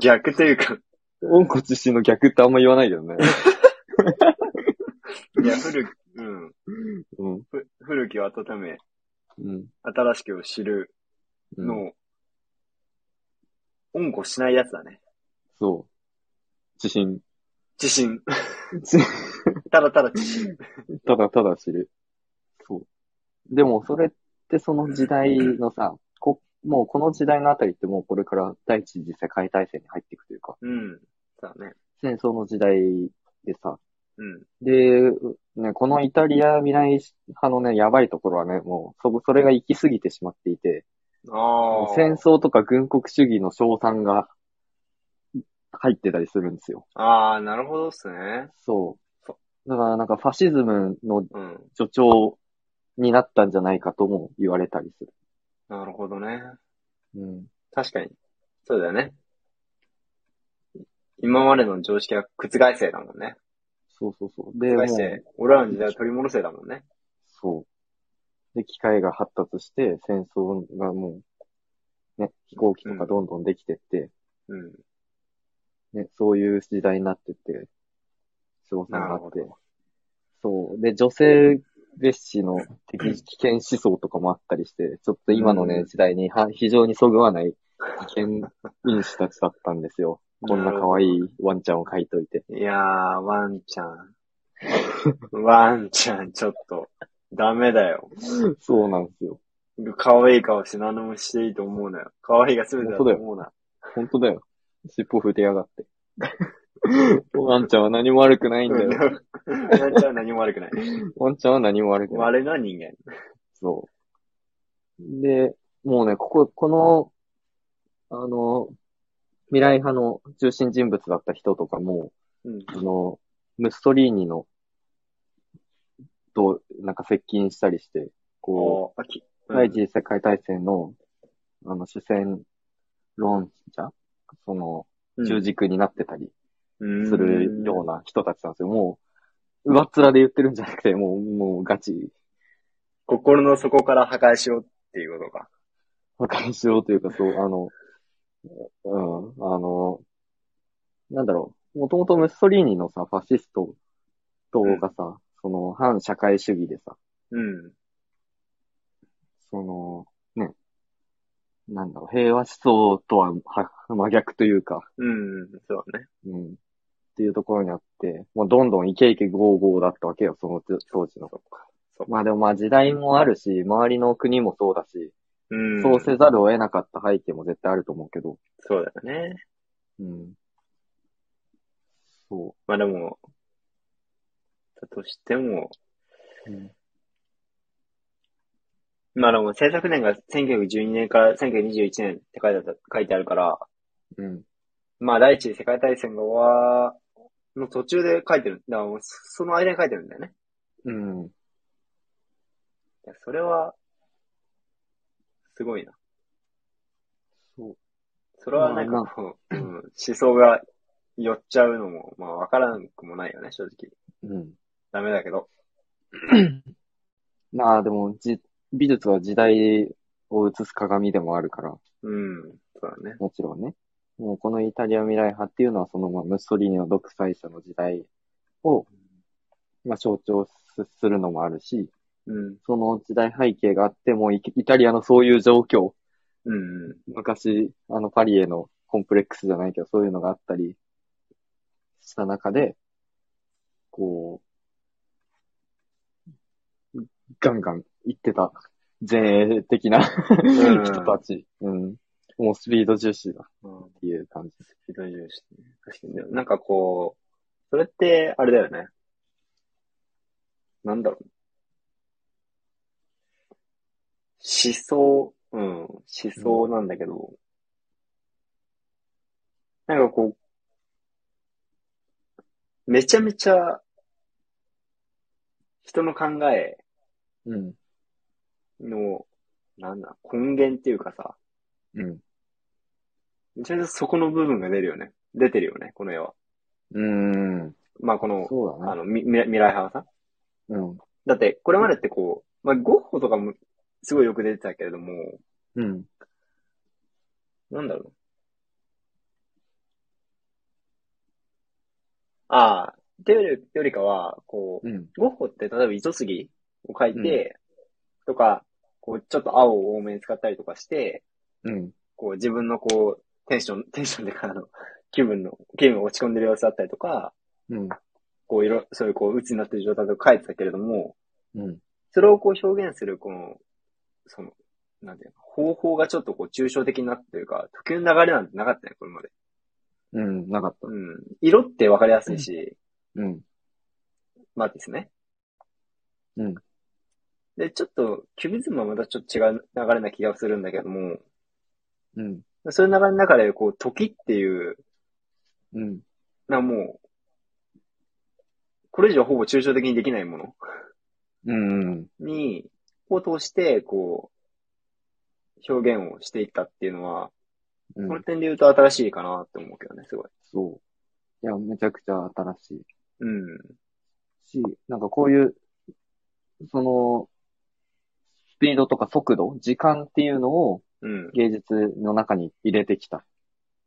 [SPEAKER 1] 逆というか、
[SPEAKER 2] 温故知新の逆ってあんま言わないけどね。
[SPEAKER 1] いや、古き、うん。
[SPEAKER 2] (laughs) うん。
[SPEAKER 1] ふ古きを温め、
[SPEAKER 2] うん。
[SPEAKER 1] 新しきを知る
[SPEAKER 2] うん、
[SPEAKER 1] の、温故しないやつだね。
[SPEAKER 2] そう。知新。
[SPEAKER 1] 自信。 (laughs)
[SPEAKER 2] 知
[SPEAKER 1] ただただ自信。
[SPEAKER 2] (laughs) ただただ知る。そう。でも、それってその時代のさ、こ、もうこの時代のあたりってもうこれから第一次世界大戦に入っていくというか、
[SPEAKER 1] うん。そうだね。
[SPEAKER 2] 戦争の時代でさ、
[SPEAKER 1] うん。
[SPEAKER 2] で、ね、このイタリア未来派のね、やばいところはね、もう、そ、それが行き過ぎてしまっていて、
[SPEAKER 1] ああ。
[SPEAKER 2] 戦争とか軍国主義の称賛が入ってたりするんですよ。
[SPEAKER 1] ああ、なるほどっすね。
[SPEAKER 2] そ。
[SPEAKER 1] そう
[SPEAKER 2] だからなんかファシズムの
[SPEAKER 1] うん。
[SPEAKER 2] 助長になったんじゃないかとも言われたりする。
[SPEAKER 1] なるほどね。
[SPEAKER 2] うん。
[SPEAKER 1] 確かに。そうだよね。今までの常識は覆せだもんね。
[SPEAKER 2] そうそうそう。で、も
[SPEAKER 1] 覆
[SPEAKER 2] う
[SPEAKER 1] して、俺らの時代を取り戻せだもんね。
[SPEAKER 2] そう。で、機械が発達して戦争がもう、ね、飛行機とかどんどんできてって、
[SPEAKER 1] うん。
[SPEAKER 2] ね、そういう時代になってって、称賛があって
[SPEAKER 1] なる。
[SPEAKER 2] そう。で、女性蔑視の敵危険思想とかもあったりして、ちょっと今の
[SPEAKER 1] う
[SPEAKER 2] ね
[SPEAKER 1] ん、
[SPEAKER 2] 時代には非常にそぐわない危険因子たちだったんですよ。こんな可愛いワンちゃんを描
[SPEAKER 1] (laughs)
[SPEAKER 2] いといて。
[SPEAKER 1] いやー、ワンちゃん。ワンちゃん、ちょっと。ダメだよ。
[SPEAKER 2] そうなんですよ。
[SPEAKER 1] 可愛い顔して何でもしていいと思うなよ。可愛いが全てだと思うな。
[SPEAKER 2] 本当だよ。尻尾振ってやがって。 (laughs) ワンちゃんは何も悪くないんだよ。
[SPEAKER 1] ワンちゃんは何も悪くない。
[SPEAKER 2] ワンちゃんは何も悪くない。
[SPEAKER 1] 悪いのは人間。
[SPEAKER 2] そう。で、もうね、ここ、この、あの、未来派の中心人物だった人とかも、
[SPEAKER 1] うん。
[SPEAKER 2] あの、ムッソリーニの、と、なんか接近したりして、こ
[SPEAKER 1] おーあき
[SPEAKER 2] う、第一次世界大戦の、あの、主戦論者その、中軸になってたりするような人たちなんですよ。もう、上っ面で言ってるんじゃなくて、もう、もうガチ、
[SPEAKER 1] 心の底から破壊しようっていうことか。
[SPEAKER 2] 破壊しようというか、そう、あの、うん、あの、なんだろう、もともとムッソリーニのさ、ファシスト党がさ、その、反社会主義でさ、
[SPEAKER 1] うん。
[SPEAKER 2] その、ね、なんだろう、平和思想とはは真逆というか、
[SPEAKER 1] うん。そうだね。
[SPEAKER 2] うん、っていうところにあって、もうどんどんイケイケゴーゴーだったわけよ、その当時の。
[SPEAKER 1] そう
[SPEAKER 2] まあでもまあ時代もあるし、周りの国もそうだし、
[SPEAKER 1] うん。
[SPEAKER 2] そうせざるを得なかった背景も絶対あると思うけど、
[SPEAKER 1] そうだよね。
[SPEAKER 2] うん。そ
[SPEAKER 1] まあでも、だとしても、
[SPEAKER 2] う。
[SPEAKER 1] まあでも制作年が1912年から1921年って書いてあった書いてあるから、
[SPEAKER 2] うん。
[SPEAKER 1] まあ第一次世界大戦が終わの途中で書いてる。だからもうそその間に書いてるんだよね。
[SPEAKER 2] うん。
[SPEAKER 1] いやそれは、すごいな。
[SPEAKER 2] そう。
[SPEAKER 1] それはなん
[SPEAKER 2] まあ
[SPEAKER 1] かこう、うん、思想が寄っちゃうのも、まあわからなくもないよね、正直。
[SPEAKER 2] うん。
[SPEAKER 1] ダメだけど。
[SPEAKER 2] まあでも、じ、美術は時代を映す鏡でもあるから、
[SPEAKER 1] うん、そうだね。
[SPEAKER 2] もちろんね。もうこのイタリア未来派っていうのはそのまあムッソリーニの独裁者の時代を、まあ象徴すするのもあるし、
[SPEAKER 1] うん、
[SPEAKER 2] その時代背景があって、もうイイタリアのそういう状況、
[SPEAKER 1] うん、うん。
[SPEAKER 2] 昔、あのパリへのコンプレックスじゃないけど、そういうのがあったりした中で、こう、ガンガン行ってた前衛的な
[SPEAKER 1] ん
[SPEAKER 2] 人たち。うん。もうスピード重視だ
[SPEAKER 1] うん
[SPEAKER 2] っていう感じ。
[SPEAKER 1] ひどい重視。確かに。でもなんかこう、それって、あれだよね。なんだろう。思想、うん、思想なんだけど、なんかこう、めちゃめちゃ、人の考え
[SPEAKER 2] うん。
[SPEAKER 1] の、なんだ、根源っていうかさ、
[SPEAKER 2] うん。
[SPEAKER 1] めちゃめちゃそこの部分が出るよね。出てるよね、この絵は。
[SPEAKER 2] うん。
[SPEAKER 1] まあこの、
[SPEAKER 2] そうだ
[SPEAKER 1] あ
[SPEAKER 2] ね。
[SPEAKER 1] の、み、未来未来派さん。
[SPEAKER 2] うん。
[SPEAKER 1] だって、これまでってこう、まあ、ゴッホとかも、すごいよく出てたけれども、
[SPEAKER 2] うん。
[SPEAKER 1] なんだろう。ああ、っていうよりよりかは、こ
[SPEAKER 2] うん。
[SPEAKER 1] う、ゴッホって例えば糸杉を描いて、とか、こう、ちょっと青を多めに使ったりとかして、
[SPEAKER 2] うん。
[SPEAKER 1] こう、自分のこう、テンショ (laughs) ン、テンションでか、あの、気分の、気分が落ち込んでる様子だったりとか、
[SPEAKER 2] うん。
[SPEAKER 1] こう、いろ、そういうこう、鬱になってる状態とか描いてたけれども、
[SPEAKER 2] うん。
[SPEAKER 1] それをこう表現する、この、その、なんていうの、方法がちょっとこう抽象的になってるか、時の流れなんてなかったね、これまで。
[SPEAKER 2] うん。なかった。
[SPEAKER 1] うん。色ってわかりやすいし、
[SPEAKER 2] うん。
[SPEAKER 1] マーティスね。
[SPEAKER 2] うん。
[SPEAKER 1] で、ちょっと、キュビズムはまたちょっと違う流れな気がするんだけども、
[SPEAKER 2] うん。
[SPEAKER 1] そういう流れの中で、こう、時っていう、
[SPEAKER 2] うん。
[SPEAKER 1] な、もう、これ以上ほぼ抽象的にできないもの
[SPEAKER 2] うん。
[SPEAKER 1] に、を通して、こう、表現をしていったっていうのは、
[SPEAKER 2] う
[SPEAKER 1] この
[SPEAKER 2] ん。
[SPEAKER 1] 点で言うと新しいかなって思うけどね、すごい。
[SPEAKER 2] そう。いや、めちゃくちゃ新しい。
[SPEAKER 1] うん。
[SPEAKER 2] し、なんかこういう、その、スピードとか速度、時間っていうのを
[SPEAKER 1] うん。
[SPEAKER 2] 芸術の中に入れてきた。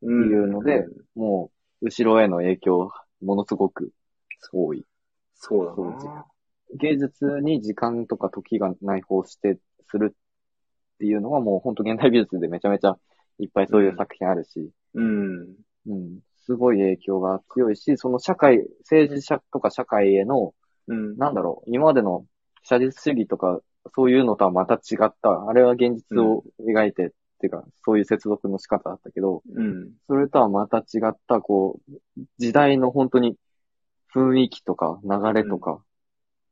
[SPEAKER 1] うん
[SPEAKER 2] いうのでもう、後ろへの影響、ものすごく多い。
[SPEAKER 1] そうだ
[SPEAKER 2] そうです
[SPEAKER 1] な。
[SPEAKER 2] 芸術に時間とか時が内包して、するっていうのはもう本当現代美術でめちゃめちゃいっぱいそういう作品あるし、
[SPEAKER 1] うん。
[SPEAKER 2] うん、すごい影響が強いし、その社会、政治者とか社会への
[SPEAKER 1] うん。
[SPEAKER 2] なんだろう、今までの写実主義とか、そういうのとはまた違った。あれは現実を描いて、っていうか、そういう接続の仕方だったけど、
[SPEAKER 1] うん。
[SPEAKER 2] それとはまた違った、こう、時代の本当に雰囲気とか流れとか、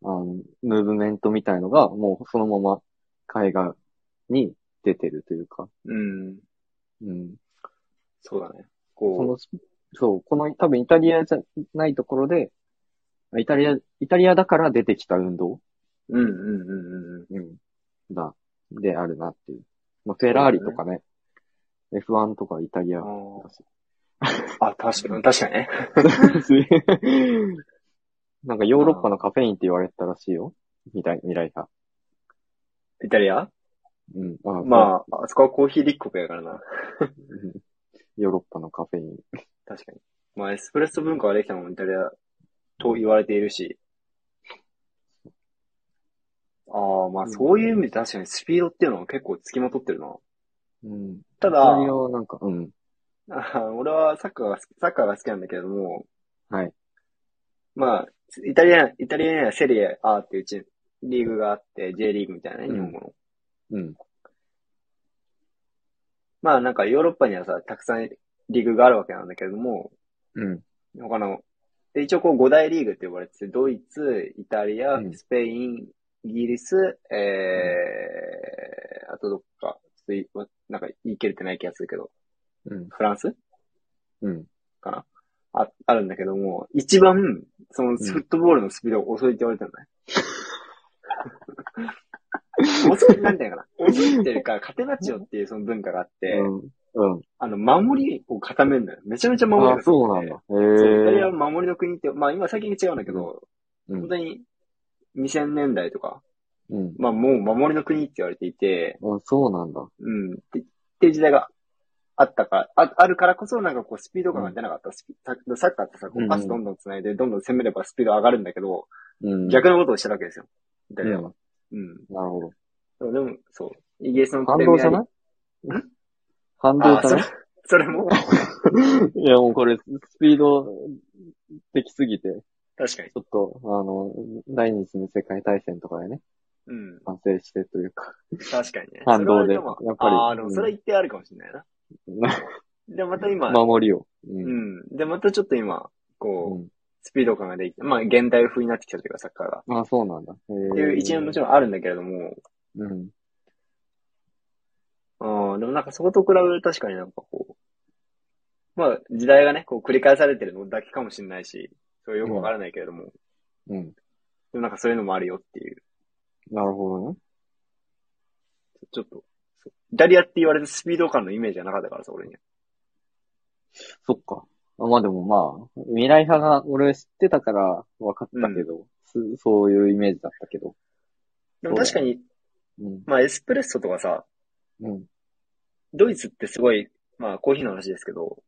[SPEAKER 2] あの、ムーブメントみたいのが、もうそのまま絵画に出てるというか、
[SPEAKER 1] うん。
[SPEAKER 2] うん。
[SPEAKER 1] そうだね。
[SPEAKER 2] そ
[SPEAKER 1] こ
[SPEAKER 2] の、そう、この多分イタリアじゃないところで、イタリア、イタリアだから出てきた運動、
[SPEAKER 1] う。うんうんうんうんうん。
[SPEAKER 2] うん、だ、であるなっていう。まあ、フェラーリとかね、F1 とかイタリ (laughs) アだし。
[SPEAKER 1] あ、確かに、確かにね。
[SPEAKER 2] なんかヨーロッパのカフェインって言われてたらしいよ。みたい、未来さ。
[SPEAKER 1] イタリア
[SPEAKER 2] うん。あ
[SPEAKER 1] まあ、あそこはコーヒー立国やからな。
[SPEAKER 2] そううんヨーロッパのカフェイン。
[SPEAKER 1] 確かに。まあ、エスプレッソ文化ができたのもイタリアと言われているし。ああ、まあ、そういう意味で確かにスピードっていうのは結構つきまとってるな。
[SPEAKER 2] うん。
[SPEAKER 1] ただ、
[SPEAKER 2] それをなんか、うん。
[SPEAKER 1] あ (laughs) 俺はサッカーが好き、サッカーが好きなんだけれども、
[SPEAKER 2] はい。
[SPEAKER 1] まあ、イタリア、イタリアにはセリエ A っていうチームリーグがあって、J リーグみたいなね、
[SPEAKER 2] うん
[SPEAKER 1] 日本語の。
[SPEAKER 2] うん。
[SPEAKER 1] まあ、なんかヨーロッパにはさ、たくさんリーグがあるわけなんだけれども、
[SPEAKER 2] うん。
[SPEAKER 1] 他の、で一応こう5大リーグって呼ばれてて、ドイツ、イタリア
[SPEAKER 2] う、ん
[SPEAKER 1] スペイン、イギリス、えー、あとどっか、ちょっといわなんか言い切れてない気がするけど、
[SPEAKER 2] うん。
[SPEAKER 1] フランス
[SPEAKER 2] うん。
[SPEAKER 1] かなあ、あるんだけども、一番、そのフットボールのスピードが遅いって言われてるのね。遅 (laughs) い、なんていうのかな。遅いっていうか、カテナチオっていうその文化があって、
[SPEAKER 2] うん。うん。
[SPEAKER 1] あの、守りを固めるのよ。めちゃめちゃ守り
[SPEAKER 2] あ
[SPEAKER 1] が、
[SPEAKER 2] そうなんだ。へ
[SPEAKER 1] そうイタリアは。
[SPEAKER 2] え
[SPEAKER 1] 守りの国って、まあ今最近違うんだけど、
[SPEAKER 2] うん
[SPEAKER 1] 本当に2000年代とか、
[SPEAKER 2] うん。
[SPEAKER 1] まあもう守りの国って言われていて、
[SPEAKER 2] あ、そうなんだ。
[SPEAKER 1] うん、ってっていう時代があったから、ああるからこそなんかこうスピード感が出なかった。スピサッサッカーってさ、こ
[SPEAKER 2] うんう
[SPEAKER 1] うんパスどんどん繋いで、どんどん攻めればスピード上がるんだけど、
[SPEAKER 2] うん。
[SPEAKER 1] 逆のことをしてるわけですよ。イタ
[SPEAKER 2] うん
[SPEAKER 1] リ
[SPEAKER 2] な
[SPEAKER 1] ア
[SPEAKER 2] る
[SPEAKER 1] は。うん。
[SPEAKER 2] ほど。
[SPEAKER 1] そうでも、そう。イギリスの
[SPEAKER 2] 反動じゃ
[SPEAKER 1] リ
[SPEAKER 2] な
[SPEAKER 1] ー
[SPEAKER 2] い (laughs) 反動
[SPEAKER 1] あ、
[SPEAKER 2] じ
[SPEAKER 1] そ
[SPEAKER 2] ゃな
[SPEAKER 1] れ
[SPEAKER 2] い、
[SPEAKER 1] それも、
[SPEAKER 2] いや、もうこれ、スピード的すぎて、
[SPEAKER 1] 確かに
[SPEAKER 2] ち。ょっと、あの、第二次の世界大戦とかでね、
[SPEAKER 1] うん。
[SPEAKER 2] 反省してというか、
[SPEAKER 1] 確かにね。
[SPEAKER 2] 反動
[SPEAKER 1] そ
[SPEAKER 2] で
[SPEAKER 1] れはも
[SPEAKER 2] やっぱり
[SPEAKER 1] ああ、でもそれは一定あるかもしれないな。で、また
[SPEAKER 2] (laughs)
[SPEAKER 1] 今、
[SPEAKER 2] 守りを。う。
[SPEAKER 1] うんん。で、またちょっと今、こう、
[SPEAKER 2] う
[SPEAKER 1] スピード感ができて、まあ、現代風になってきたというか、サッカーが。
[SPEAKER 2] ん、あ、そうなんだ。って
[SPEAKER 1] っていう一面もちろんあるんだけれども、
[SPEAKER 2] うん。
[SPEAKER 1] うん、でもなんかそこと比べると確かになんかこう、まあ、時代がね、こう繰り返されてるのだけかもしれないし、それよくわからないけれども、で
[SPEAKER 2] うん。
[SPEAKER 1] もなんかそういうのもあるよっていう、
[SPEAKER 2] なるほどね。
[SPEAKER 1] ちょっと、そうイタリアって言われるスピード感のイメージがなかったからさ、俺には。
[SPEAKER 2] そっか。あまあでもまあ、未来派が俺知ってたから分かったけど、すそういうイメージだったけど。
[SPEAKER 1] でも確かに、
[SPEAKER 2] うん。
[SPEAKER 1] まあ、エスプレッソとかさ、
[SPEAKER 2] うん。
[SPEAKER 1] ドイツってすごい、まあ、コーヒーの話ですけど、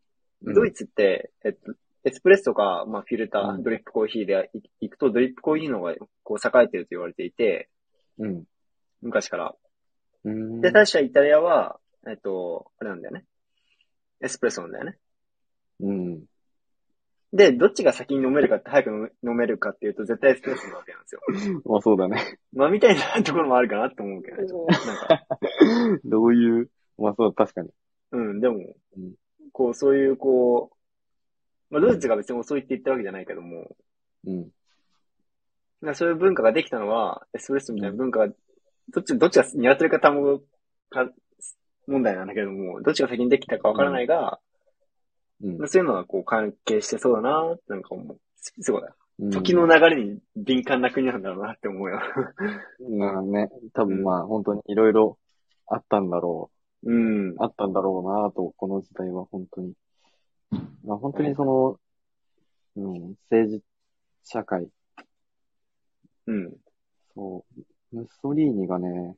[SPEAKER 2] うん
[SPEAKER 1] ドイツって、えっと、エスプレッソか、まあ、フィルタ
[SPEAKER 2] う
[SPEAKER 1] ー、
[SPEAKER 2] ん
[SPEAKER 1] ドリップコーヒーでいいくと、ドリップコーヒーの方が、こう、栄えてると言われていて、
[SPEAKER 2] うん。
[SPEAKER 1] 昔から。
[SPEAKER 2] うん。
[SPEAKER 1] で、確かイタリアは、えっと、あれなんだよね。エスプレッソなんだよね。
[SPEAKER 2] うん。
[SPEAKER 1] で、どっちが先に飲めるかって、早く飲め飲めるかっていうと、絶対エスプレッソなわけなんですよ。 (laughs)
[SPEAKER 2] まあそうだね。 (laughs)
[SPEAKER 1] まあ、みたいなところもあるかなと思うけどね。ちょっとなんか、
[SPEAKER 2] どういう、まあそう、確かに。
[SPEAKER 1] うん、でも
[SPEAKER 2] うん、
[SPEAKER 1] こう、そういう、こう、まあ、ドイツが別に遅いって言ったわけじゃないけども、
[SPEAKER 2] うん。
[SPEAKER 1] だからそういう文化ができたのは、エスプレッソみたいな文化が、どっち、どっちが苦手か卵か、問題なんだけれども、どっちが先にできたかわからないが、
[SPEAKER 2] うん。
[SPEAKER 1] そういうのはこう関係してそうだなってなんか思う。すすごい。
[SPEAKER 2] うん
[SPEAKER 1] 時の流れに敏感な国なんだろうなって思うよ。 (laughs)
[SPEAKER 2] まあね、多分まあ本当にいろいろあったんだろ
[SPEAKER 1] うん
[SPEAKER 2] う、。あったんだろうなと、この時代は本当に。まあ本当にその、うん、政治、社会、
[SPEAKER 1] うん。
[SPEAKER 2] そう、ムッソリーニがね、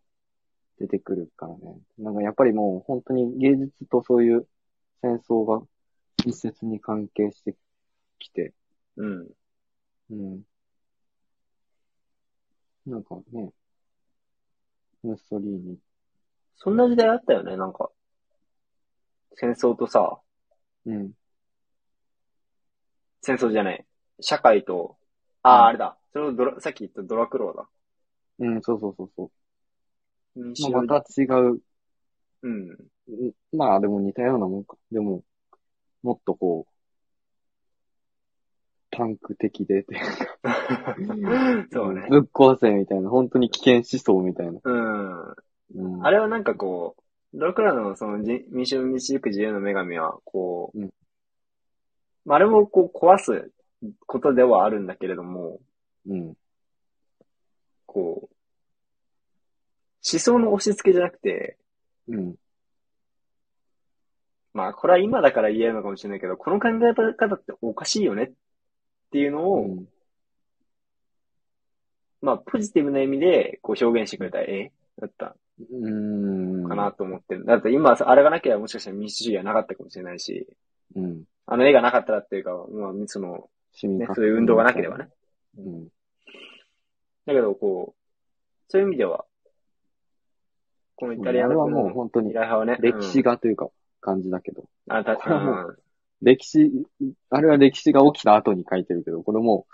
[SPEAKER 2] 出てくるからね。なんかやっぱりもう本当に芸術とそういう戦争が密接に関係してきて、
[SPEAKER 1] うん。
[SPEAKER 2] うん。なんかね、ムッソリーニ、
[SPEAKER 1] そんな時代あったよね、なんか。戦争とさ、
[SPEAKER 2] うん、
[SPEAKER 1] 戦争じゃない。社会と、あ
[SPEAKER 2] うん
[SPEAKER 1] あ、あれだ。それをドラ、さっき言ったドラクローだ。
[SPEAKER 2] うん、そうそうそうそう。
[SPEAKER 1] 西
[SPEAKER 2] ま
[SPEAKER 1] 寄
[SPEAKER 2] あ、
[SPEAKER 1] り
[SPEAKER 2] また違う。
[SPEAKER 1] うん。
[SPEAKER 2] んまあ、でも似たようなもんか。でも、もっとこう、パンク的で、て
[SPEAKER 1] そうね。
[SPEAKER 2] (laughs) ぶっ壊せみたいな、本当に危険思想みたいな。
[SPEAKER 1] うん。
[SPEAKER 2] うん、
[SPEAKER 1] あれはなんかこう、ドラクラのその人民衆を導く自由の女神は、こう、
[SPEAKER 2] うん
[SPEAKER 1] まあ、あれもこう壊すことではあるんだけれども、
[SPEAKER 2] うん。
[SPEAKER 1] こう、思想の押し付けじゃなくて、
[SPEAKER 2] うん。
[SPEAKER 1] まあこれは今だから言えるのかもしれないけど、この考え方っておかしいよねっていうのを、
[SPEAKER 2] うん
[SPEAKER 1] まあポジティブな意味でこう表現してくれた絵だった
[SPEAKER 2] うん。
[SPEAKER 1] かなと思ってる。だって今あれがなければもしかしたら民主主義はなかったかもしれないし、
[SPEAKER 2] うん。
[SPEAKER 1] あの絵がなかったらっていうか、まあその、
[SPEAKER 2] 市民
[SPEAKER 1] ね、
[SPEAKER 2] 活
[SPEAKER 1] そ
[SPEAKER 2] 動
[SPEAKER 1] ういう運動がなければね。
[SPEAKER 2] うん。
[SPEAKER 1] だけど、こう、そういう意味では、このイタリア
[SPEAKER 2] あれ
[SPEAKER 1] の
[SPEAKER 2] は
[SPEAKER 1] こ
[SPEAKER 2] もう
[SPEAKER 1] の
[SPEAKER 2] 本当
[SPEAKER 1] イ
[SPEAKER 2] に
[SPEAKER 1] ラハはね、
[SPEAKER 2] 歴史
[SPEAKER 1] が、
[SPEAKER 2] 画というか感じだけど。
[SPEAKER 1] うん、あ、確
[SPEAKER 2] これはも
[SPEAKER 1] か
[SPEAKER 2] 歴史、あれは歴史が起きた後に書いてるけど、これも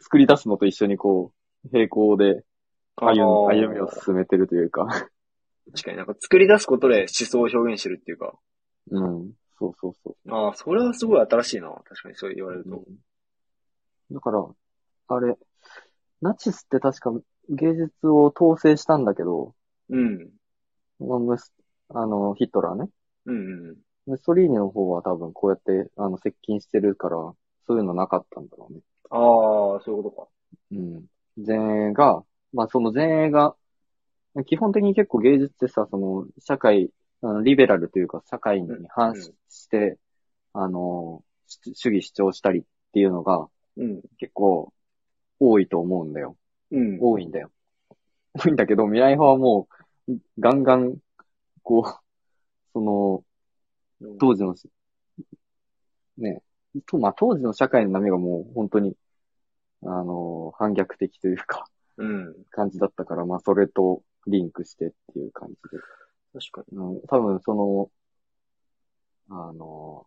[SPEAKER 2] 作り出すのと一緒にこう、並行で
[SPEAKER 1] に、
[SPEAKER 2] 歩
[SPEAKER 1] あ
[SPEAKER 2] み
[SPEAKER 1] のー
[SPEAKER 2] 歩みを進めてるというか。
[SPEAKER 1] 確かになんか作り出すことで思想を表現してるっていうか、
[SPEAKER 2] うん。そうそうそ
[SPEAKER 1] ああ、それはすごい新しいな。確かにそう言われると。
[SPEAKER 2] う。だから、あれ、ナチスって確か芸術を統制したんだけど、
[SPEAKER 1] うん。
[SPEAKER 2] まあムスあの、ヒトラーね。
[SPEAKER 1] うんうん。
[SPEAKER 2] ムッソリーニの方は多分こうやって、あの、接近してるから、そういうのなかったんだろうね。
[SPEAKER 1] ああ、そういうことか。
[SPEAKER 2] うん。前衛が、まあその前衛が、基本的に結構芸術ってさ、その社会、あのリベラルというか社会に反し
[SPEAKER 1] うん
[SPEAKER 2] して、あの、主主義主張したりっていうのが
[SPEAKER 1] うん。
[SPEAKER 2] 結構多いと思うんだよ。
[SPEAKER 1] うん。
[SPEAKER 2] 多いんだよ。多いんだけど、未来派はもう、ガンガン、こう、その、当時のし、ね、と、まあ、当時の社会の波がもう本当に、あの、反逆的というか、
[SPEAKER 1] うん。
[SPEAKER 2] 感じだったから、まあ、それとリンクしてっていう感じで。
[SPEAKER 1] 確か
[SPEAKER 2] うん、多分、その、あの、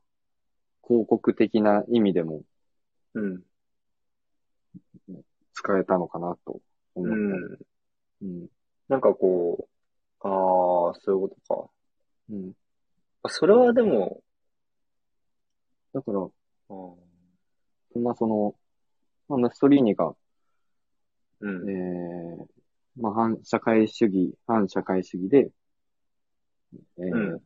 [SPEAKER 2] 広告的な意味でも
[SPEAKER 1] に。うん。
[SPEAKER 2] 使えたのかなと思っ
[SPEAKER 1] う
[SPEAKER 2] た。
[SPEAKER 1] ん。
[SPEAKER 2] うん。
[SPEAKER 1] なんかこう、ああ、そういうことか
[SPEAKER 2] うん。
[SPEAKER 1] あ。それはでも、
[SPEAKER 2] だから、
[SPEAKER 1] あー
[SPEAKER 2] まあ、その、まあ、ムッソリーニが、
[SPEAKER 1] う
[SPEAKER 2] え
[SPEAKER 1] ん。
[SPEAKER 2] ー、まあ、反社会主義、反社会主義で、えー
[SPEAKER 1] うん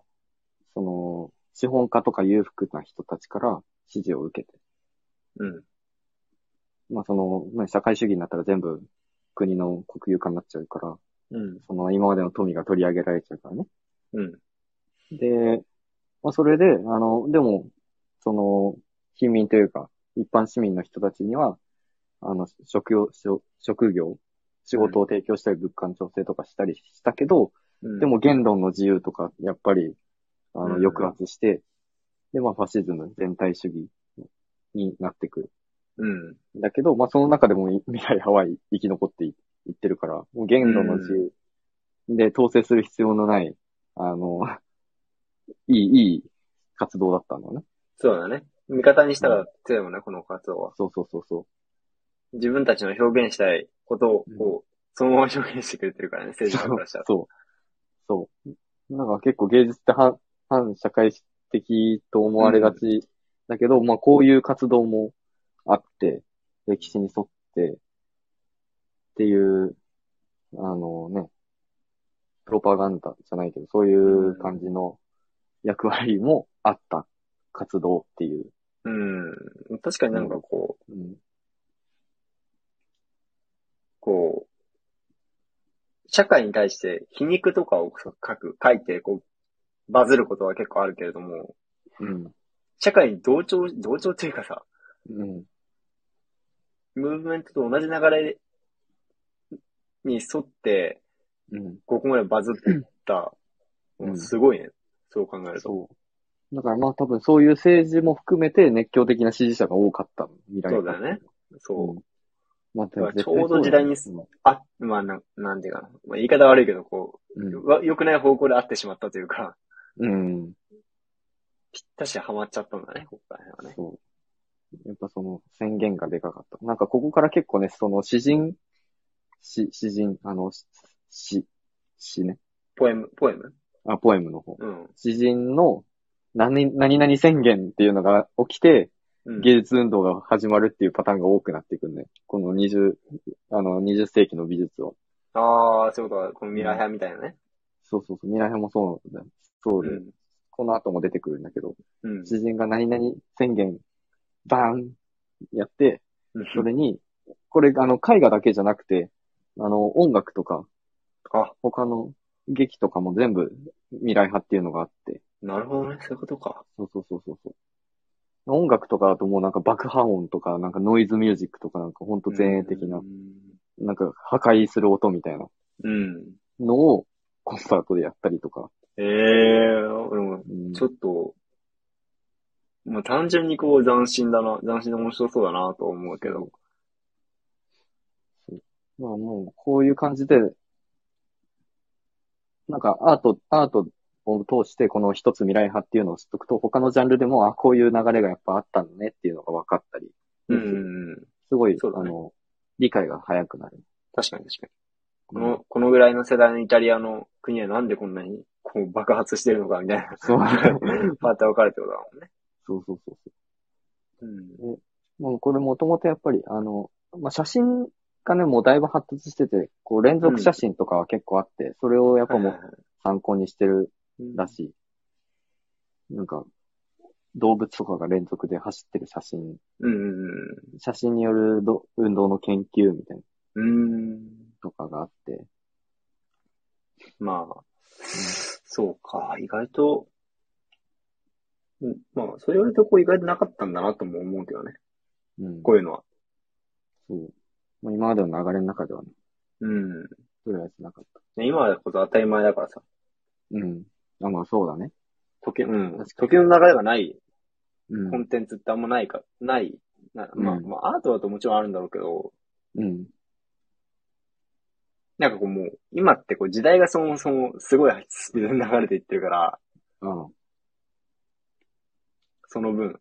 [SPEAKER 2] その、資本家とか裕福な人たちから支持を受けて、
[SPEAKER 1] うん。
[SPEAKER 2] まあ、その、まあ、社会主義になったら全部国の国有化になっちゃうから、
[SPEAKER 1] うん。
[SPEAKER 2] その今までの富が取り上げられちゃうからね。
[SPEAKER 1] うん。
[SPEAKER 2] で、まあ、それで、あの、でも、その、貧民というか、一般市民の人たちには、あの、職業、職職業、仕事を提供したり、物価の調整とかしたりしたけど、
[SPEAKER 1] うん
[SPEAKER 2] で、も言論の自由とか、やっぱり、あの、
[SPEAKER 1] うん
[SPEAKER 2] 抑圧して、で、まあ、ファシズム、全体主義になってくる。
[SPEAKER 1] うん。
[SPEAKER 2] だけど、まあ、その中でもい未来派は生き残っていいってるから、もう言論の自由で統制する必要のない、あの、 (laughs) いい、いい活動だったんだね。
[SPEAKER 1] そうだね。味方にしたら強いもんね、この活動は。
[SPEAKER 2] そうそうそうそ
[SPEAKER 1] 自分たちの表現したいことを、
[SPEAKER 2] うん
[SPEAKER 1] こうそのまま表現してくれてるからね、
[SPEAKER 2] う。
[SPEAKER 1] 政治家からしたら。
[SPEAKER 2] そう。そう。なんか結構芸術って反、反社会的と思われがちだけど、まあこういう活動もあって、歴史に沿って、っていう、あのね、プロパガンダじゃないけど、そういう感じの役割もあった活動っていう。
[SPEAKER 1] うん。確かになんかこう、
[SPEAKER 2] うん。
[SPEAKER 1] こう、社会に対して皮肉とかを書く、書いて、こう、バズることは結構あるけれども、
[SPEAKER 2] うん。
[SPEAKER 1] 社会に同調、同調というかさ、
[SPEAKER 2] うん。
[SPEAKER 1] ムーブメントと同じ流れに沿って、
[SPEAKER 2] うん。
[SPEAKER 1] ここまでバズった、
[SPEAKER 2] うん
[SPEAKER 1] すごいね。そう考えると。
[SPEAKER 2] そう。だからまあ多分そういう政治も含めて熱狂的な支持者が多かった未来
[SPEAKER 1] そうだよね。そう。
[SPEAKER 2] うん。まあ、でも絶対
[SPEAKER 1] ちょうど時代に
[SPEAKER 2] そうだね
[SPEAKER 1] あ、まあ、なん、なんていうかな。まあ、言い方悪いけど、こ
[SPEAKER 2] う
[SPEAKER 1] う、
[SPEAKER 2] ん。
[SPEAKER 1] わ良くない方向で会ってしまったというか、
[SPEAKER 2] うん。
[SPEAKER 1] ぴったしハマっちゃったんだね、ここら辺はね。
[SPEAKER 2] そう。やっぱその宣言がでかかった。なんかここから結構ね、その詩人詩、詩人、あの、し詩、詩ね。
[SPEAKER 1] ポエム、ポエム
[SPEAKER 2] あ、ポエムの方。
[SPEAKER 1] うん。
[SPEAKER 2] 詩人の何、何々宣言っていうのが起きて、
[SPEAKER 1] うん。
[SPEAKER 2] 芸術運動が始まるっていうパターンが多くなっていくんで、この20、あの、20世紀の美術は。
[SPEAKER 1] ああ、そういうことか。このミラー派みたいなね。
[SPEAKER 2] そうそうそう、未来編もそうなんだ。そう
[SPEAKER 1] う
[SPEAKER 2] で、
[SPEAKER 1] ん。
[SPEAKER 2] この後も出てくるんだけど、
[SPEAKER 1] うん。
[SPEAKER 2] 詩人が何々宣言、バーンやって、それに、これ、あの、絵画だけじゃなくて、あの、音楽とか、
[SPEAKER 1] あ、
[SPEAKER 2] 他の劇とかも全部未来派っていうのがあって、
[SPEAKER 1] なるほどね。そういうことか。
[SPEAKER 2] そうそうそうそうそう。音楽とかだともうなんか爆破音とか、なんかノイズミュージックとかなんかほんと前衛的な
[SPEAKER 1] う、ん。
[SPEAKER 2] なんか破壊する音みたいな
[SPEAKER 1] うん。
[SPEAKER 2] のをコンサートでやったりとか。
[SPEAKER 1] ええー、でも、
[SPEAKER 2] うん
[SPEAKER 1] ちょっと、まあ、単純にこう斬新だな、斬新で面白そうだなと思うけど。
[SPEAKER 2] まあもう、こういう感じで、なんかアート、アートを通してこの一つ未来派っていうのを知っとくと、他のジャンルでも、あ、こういう流れがやっぱあったんだねっていうのが分かったり、
[SPEAKER 1] うん。
[SPEAKER 2] すごい、
[SPEAKER 1] そうだ
[SPEAKER 2] あ
[SPEAKER 1] ね
[SPEAKER 2] の、理解が早くなる。
[SPEAKER 1] 確かに確かに。この、このぐらいの世代のイタリアの国はなんでこんなにこう爆発してるのかみたい (laughs) な、
[SPEAKER 2] そう
[SPEAKER 1] パッと分かるってことだもんね。
[SPEAKER 2] そうそうそう
[SPEAKER 1] うん。
[SPEAKER 2] もうこれもともとやっぱり、あの、まあ、写真がね、もうだいぶ発達してて、こう連続写真とかは結構あって、それをやっぱもう参考にしてるら
[SPEAKER 1] う
[SPEAKER 2] しい。なんか、動物とかが連続で走ってる写真、
[SPEAKER 1] んうん
[SPEAKER 2] 写真によるど運動の研究みたいなの
[SPEAKER 1] うん。うん。
[SPEAKER 2] とかがあって、
[SPEAKER 1] まあ、そうか、意外と、うんまあ、そう言われるとこう意外となかったんだなとも思うけどね。
[SPEAKER 2] うん。
[SPEAKER 1] こういうのは。
[SPEAKER 2] そう。まあ、今までの流れの中ではね、
[SPEAKER 1] うん。
[SPEAKER 2] とりあえずなかった。
[SPEAKER 1] ね今はこそ当たり前だからさ。
[SPEAKER 2] うん。あ、まあそうだね。
[SPEAKER 1] 時、うん
[SPEAKER 2] 確。かに
[SPEAKER 1] 時の流れがない
[SPEAKER 2] うん
[SPEAKER 1] コ。ンテンツってあんまないか、ない。なまあ、
[SPEAKER 2] うん
[SPEAKER 1] まあ、アートだともちろんあるんだろうけど、
[SPEAKER 2] うん。
[SPEAKER 1] なんかこうもう、今ってこう時代がそもそもすごいスピードで流れていってるから、
[SPEAKER 2] ああ
[SPEAKER 1] その分、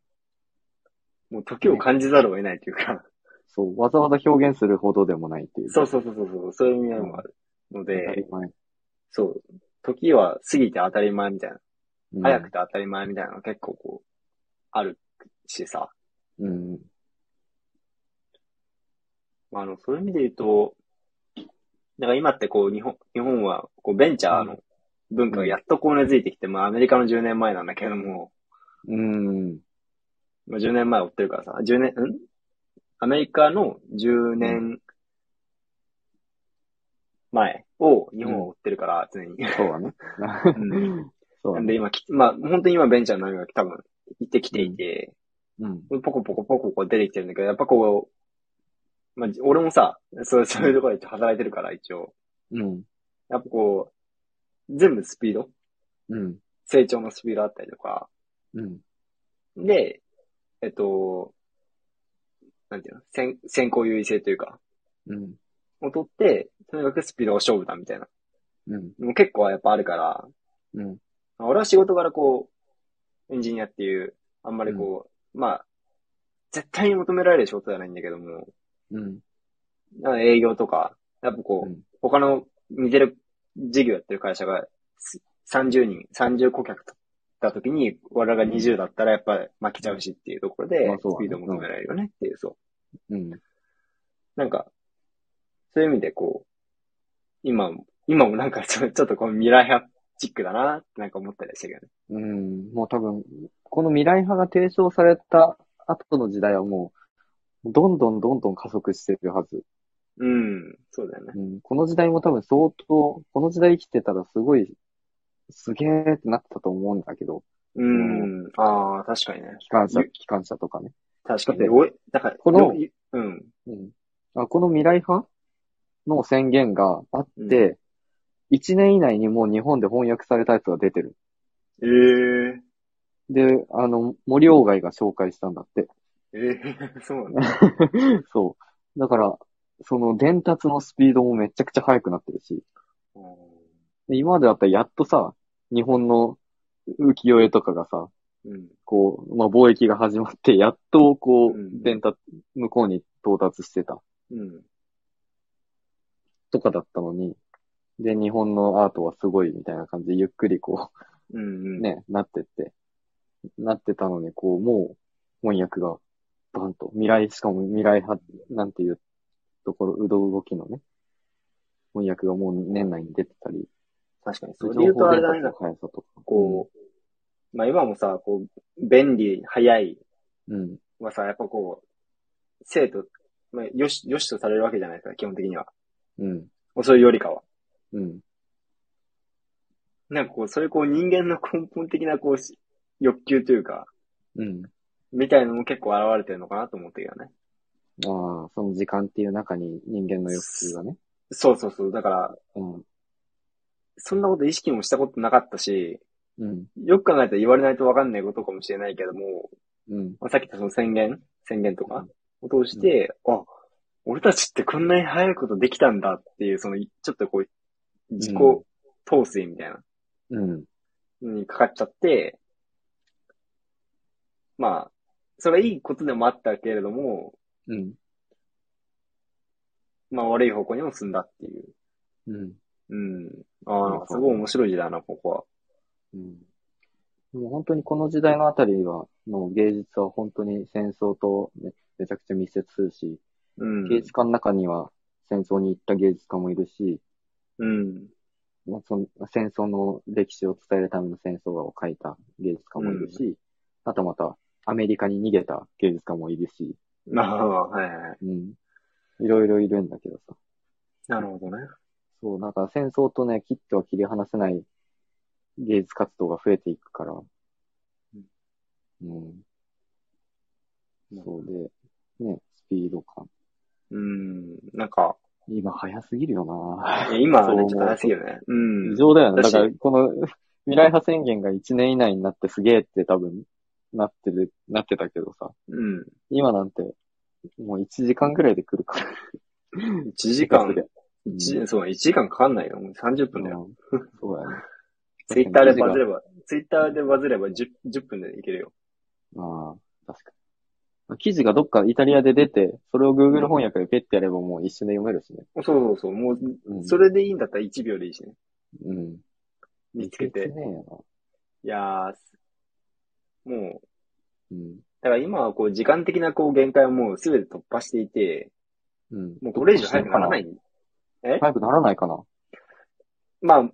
[SPEAKER 1] もう時を感じざるを得ないというか、
[SPEAKER 2] そう。わざわざ表現するほどでもないっていう。
[SPEAKER 1] そうそうそうそうそう、そういう意味合いもあるの
[SPEAKER 2] 当たり
[SPEAKER 1] で、
[SPEAKER 2] 前。
[SPEAKER 1] そう、時は過ぎて当たり前みたいな、
[SPEAKER 2] うん
[SPEAKER 1] 早くて当たり前みたいなのが結構こう、あるしさ、
[SPEAKER 2] うん。
[SPEAKER 1] まあ、あの、そういう意味で言うと、なんか今ってこう、日本、日本はこうベンチャーの文化がやっとこう根付いてきて、まあアメリカの10年前なんだけれども、
[SPEAKER 2] うん。
[SPEAKER 1] まあ10年前追ってるからさ、10年、んアメリカの10年前を日本は追ってるから、常に。
[SPEAKER 2] そうだね。
[SPEAKER 1] うん
[SPEAKER 2] (laughs) そう
[SPEAKER 1] な
[SPEAKER 2] だ
[SPEAKER 1] ん
[SPEAKER 2] ね。
[SPEAKER 1] (laughs) で今き、まあ本当に今ベンチャーの波が多分、行ってきていて、
[SPEAKER 2] うん。
[SPEAKER 1] ポコポコポコポコ出てきてるんだけど、やっぱこう、まあ俺もさ、そうそういうところで働いてるから一応、
[SPEAKER 2] うん。
[SPEAKER 1] やっぱこう、全部スピード
[SPEAKER 2] うん。
[SPEAKER 1] 成長のスピードだったりとか。
[SPEAKER 2] うん。
[SPEAKER 1] で、えっと、なんていうの先先行優位性というか、
[SPEAKER 2] うん。
[SPEAKER 1] を取って、とにかくスピードが勝負だみたいな。
[SPEAKER 2] うん。
[SPEAKER 1] もう結構やっぱあるから、
[SPEAKER 2] うん。
[SPEAKER 1] まあ俺は仕事柄こう、エンジニアっていう、あんまりこう、まあ、絶対に求められる仕事じゃないんだけども、
[SPEAKER 2] うん。
[SPEAKER 1] なんか営業とか、やっぱこう、
[SPEAKER 2] うん
[SPEAKER 1] 他の似てる事業やってる会社がす30人、30顧客だった時に、我々が20だったらやっぱ負けちゃうしっていうところで
[SPEAKER 2] まあ、
[SPEAKER 1] ス
[SPEAKER 2] そうだ
[SPEAKER 1] ピ
[SPEAKER 2] ね
[SPEAKER 1] ードを求められるよねっていう、そう。
[SPEAKER 2] うん。
[SPEAKER 1] なんか、そういう意味でこう、今も、今もなんかちょちょっ (laughs) とこの未来派チックだなってなんか思ったりしたけどね。
[SPEAKER 2] うん。もう多分、この未来派が提唱された後の時代はもう、どんどんどんどん加速してるはず。
[SPEAKER 1] うん、そうだよね。
[SPEAKER 2] うん。この時代も多分相当、この時代生きてたらすごい、すげーってなってたと思うんだけど、
[SPEAKER 1] うん、ああ、確かにね。
[SPEAKER 2] 機関車、
[SPEAKER 1] ゆ
[SPEAKER 2] 機関車とかね。
[SPEAKER 1] 確か
[SPEAKER 2] だっ
[SPEAKER 1] に。
[SPEAKER 2] て
[SPEAKER 1] おいだから、
[SPEAKER 2] こ
[SPEAKER 1] よ
[SPEAKER 2] の
[SPEAKER 1] いうん、
[SPEAKER 2] うん。あ、この未来派の宣言があって、一年以内にもう日本で翻訳されたやつが出てる。
[SPEAKER 1] ええ
[SPEAKER 2] で、あの、森鴎外が紹介したんだって。
[SPEAKER 1] ええ (laughs) そうなんだ。
[SPEAKER 2] そう。だから、その伝達のスピードもめちゃくちゃ速くなってるし、で今までだったらやっとさ、日本の浮世絵とかがさ、
[SPEAKER 1] うん。
[SPEAKER 2] こう、まあ、貿易が始まって、やっとこ
[SPEAKER 1] うん
[SPEAKER 2] う、伝達、向こうに到達してた。
[SPEAKER 1] うん。
[SPEAKER 2] とかだったのに、で、日本のアートはすごいみたいな感じで、ゆっくりこ
[SPEAKER 1] うんう
[SPEAKER 2] う、
[SPEAKER 1] ん。。
[SPEAKER 2] ね、なってって、なってたのに、こう、もう、翻訳が、バンと、未来、しかも未来派、なんていうところ、うど動きのね、翻訳がもう年内に出てたり、
[SPEAKER 1] 確かに。それで言うとあれだね、なんか
[SPEAKER 2] 速さとか。
[SPEAKER 1] こう、まあ今もさ、こう、便利、早い
[SPEAKER 2] うん。
[SPEAKER 1] はさ、やっぱこう、生徒、まあ、よし、よしとされるわけじゃないですか、基本的には。
[SPEAKER 2] うん。
[SPEAKER 1] そういうよりかは。
[SPEAKER 2] うん。
[SPEAKER 1] なんかこう、そういうこう人間の根本的なこう、し欲求というか、
[SPEAKER 2] うん。
[SPEAKER 1] みたいなのも結構現れてるのかなと思ったけどね。
[SPEAKER 2] ああ、その時間っていう中に人間の欲求がね。
[SPEAKER 1] そうそうそう。だから、
[SPEAKER 2] うん。
[SPEAKER 1] そんなこと意識もしたことなかったし、
[SPEAKER 2] うん。
[SPEAKER 1] よく考えたら言われないとわかんないことかもしれないけども、
[SPEAKER 2] うん。
[SPEAKER 1] まあ、さっき言ったその宣言宣言とかを通して、あ、俺たちってこんなに早いことできたんだっていう、その、ちょっとこう、自己
[SPEAKER 2] うん
[SPEAKER 1] 陶酔みたいな
[SPEAKER 2] うん。
[SPEAKER 1] のにかかっちゃって、まあ、それはいいことでもあったけれども、
[SPEAKER 2] うん。
[SPEAKER 1] まあ悪い方向にも進んだっていう。
[SPEAKER 2] うん。
[SPEAKER 1] うん。ああ、なんかすごい面白い時代だな、ここは。
[SPEAKER 2] うん。でも本当にこの時代のあたりは、の芸術は本当に戦争とめめちゃくちゃ密接するし、
[SPEAKER 1] うん。
[SPEAKER 2] 芸術家の中には戦争に行った芸術家もいるし、
[SPEAKER 1] うん。
[SPEAKER 2] まあ、その戦争の歴史を伝えるための戦争画を描いた芸術家もいるし、あとまたアメリカに逃げた芸術家もいるし、
[SPEAKER 1] まあ、はいはい。
[SPEAKER 2] うん。いろいろいるんだけどさ。
[SPEAKER 1] なるほどね。
[SPEAKER 2] そう、なんか戦争とね、切っては切り離せない芸術活動が増えていくから。うん。そうで、ね、スピード感。
[SPEAKER 1] うん。なんか、
[SPEAKER 2] 今早すぎるよない
[SPEAKER 1] や今は
[SPEAKER 2] そう
[SPEAKER 1] ね、
[SPEAKER 2] 思う
[SPEAKER 1] ちょっと早すぎるね。う
[SPEAKER 2] 異
[SPEAKER 1] ん。
[SPEAKER 2] 常だよ
[SPEAKER 1] だ
[SPEAKER 2] ね。だ
[SPEAKER 1] し
[SPEAKER 2] から、この未来派宣言が1年以内になってすげえって多分、なってる、なってたけどさ。
[SPEAKER 1] うん。
[SPEAKER 2] 今なんて、もう1時間ぐらいで来るから。
[SPEAKER 1] 1時間、
[SPEAKER 2] うん
[SPEAKER 1] 一そう、1時間かかんないよ。もう30分だよ。
[SPEAKER 2] うんそうだよね。
[SPEAKER 1] ツイッターでバズれば、ツイッターでバズれば 10, 10分でいけるよ。
[SPEAKER 2] ああ、確かに。記事がどっかイタリアで出て、それを Google 翻訳でペッてやればもう一瞬で読めるしね。
[SPEAKER 1] そうそうそう。もう、
[SPEAKER 2] うん。
[SPEAKER 1] それでいいんだったら1秒でいいしね。
[SPEAKER 2] うん。
[SPEAKER 1] 見つけ
[SPEAKER 2] え
[SPEAKER 1] て。
[SPEAKER 2] ねえよ
[SPEAKER 1] いやー、もう、
[SPEAKER 2] な。うん。
[SPEAKER 1] だから今はこう、時間的なこう、限界をもうすべて突破していて、
[SPEAKER 2] うん。
[SPEAKER 1] もうこれ以上早くならない。え
[SPEAKER 2] 早くならないかな。
[SPEAKER 1] まあ、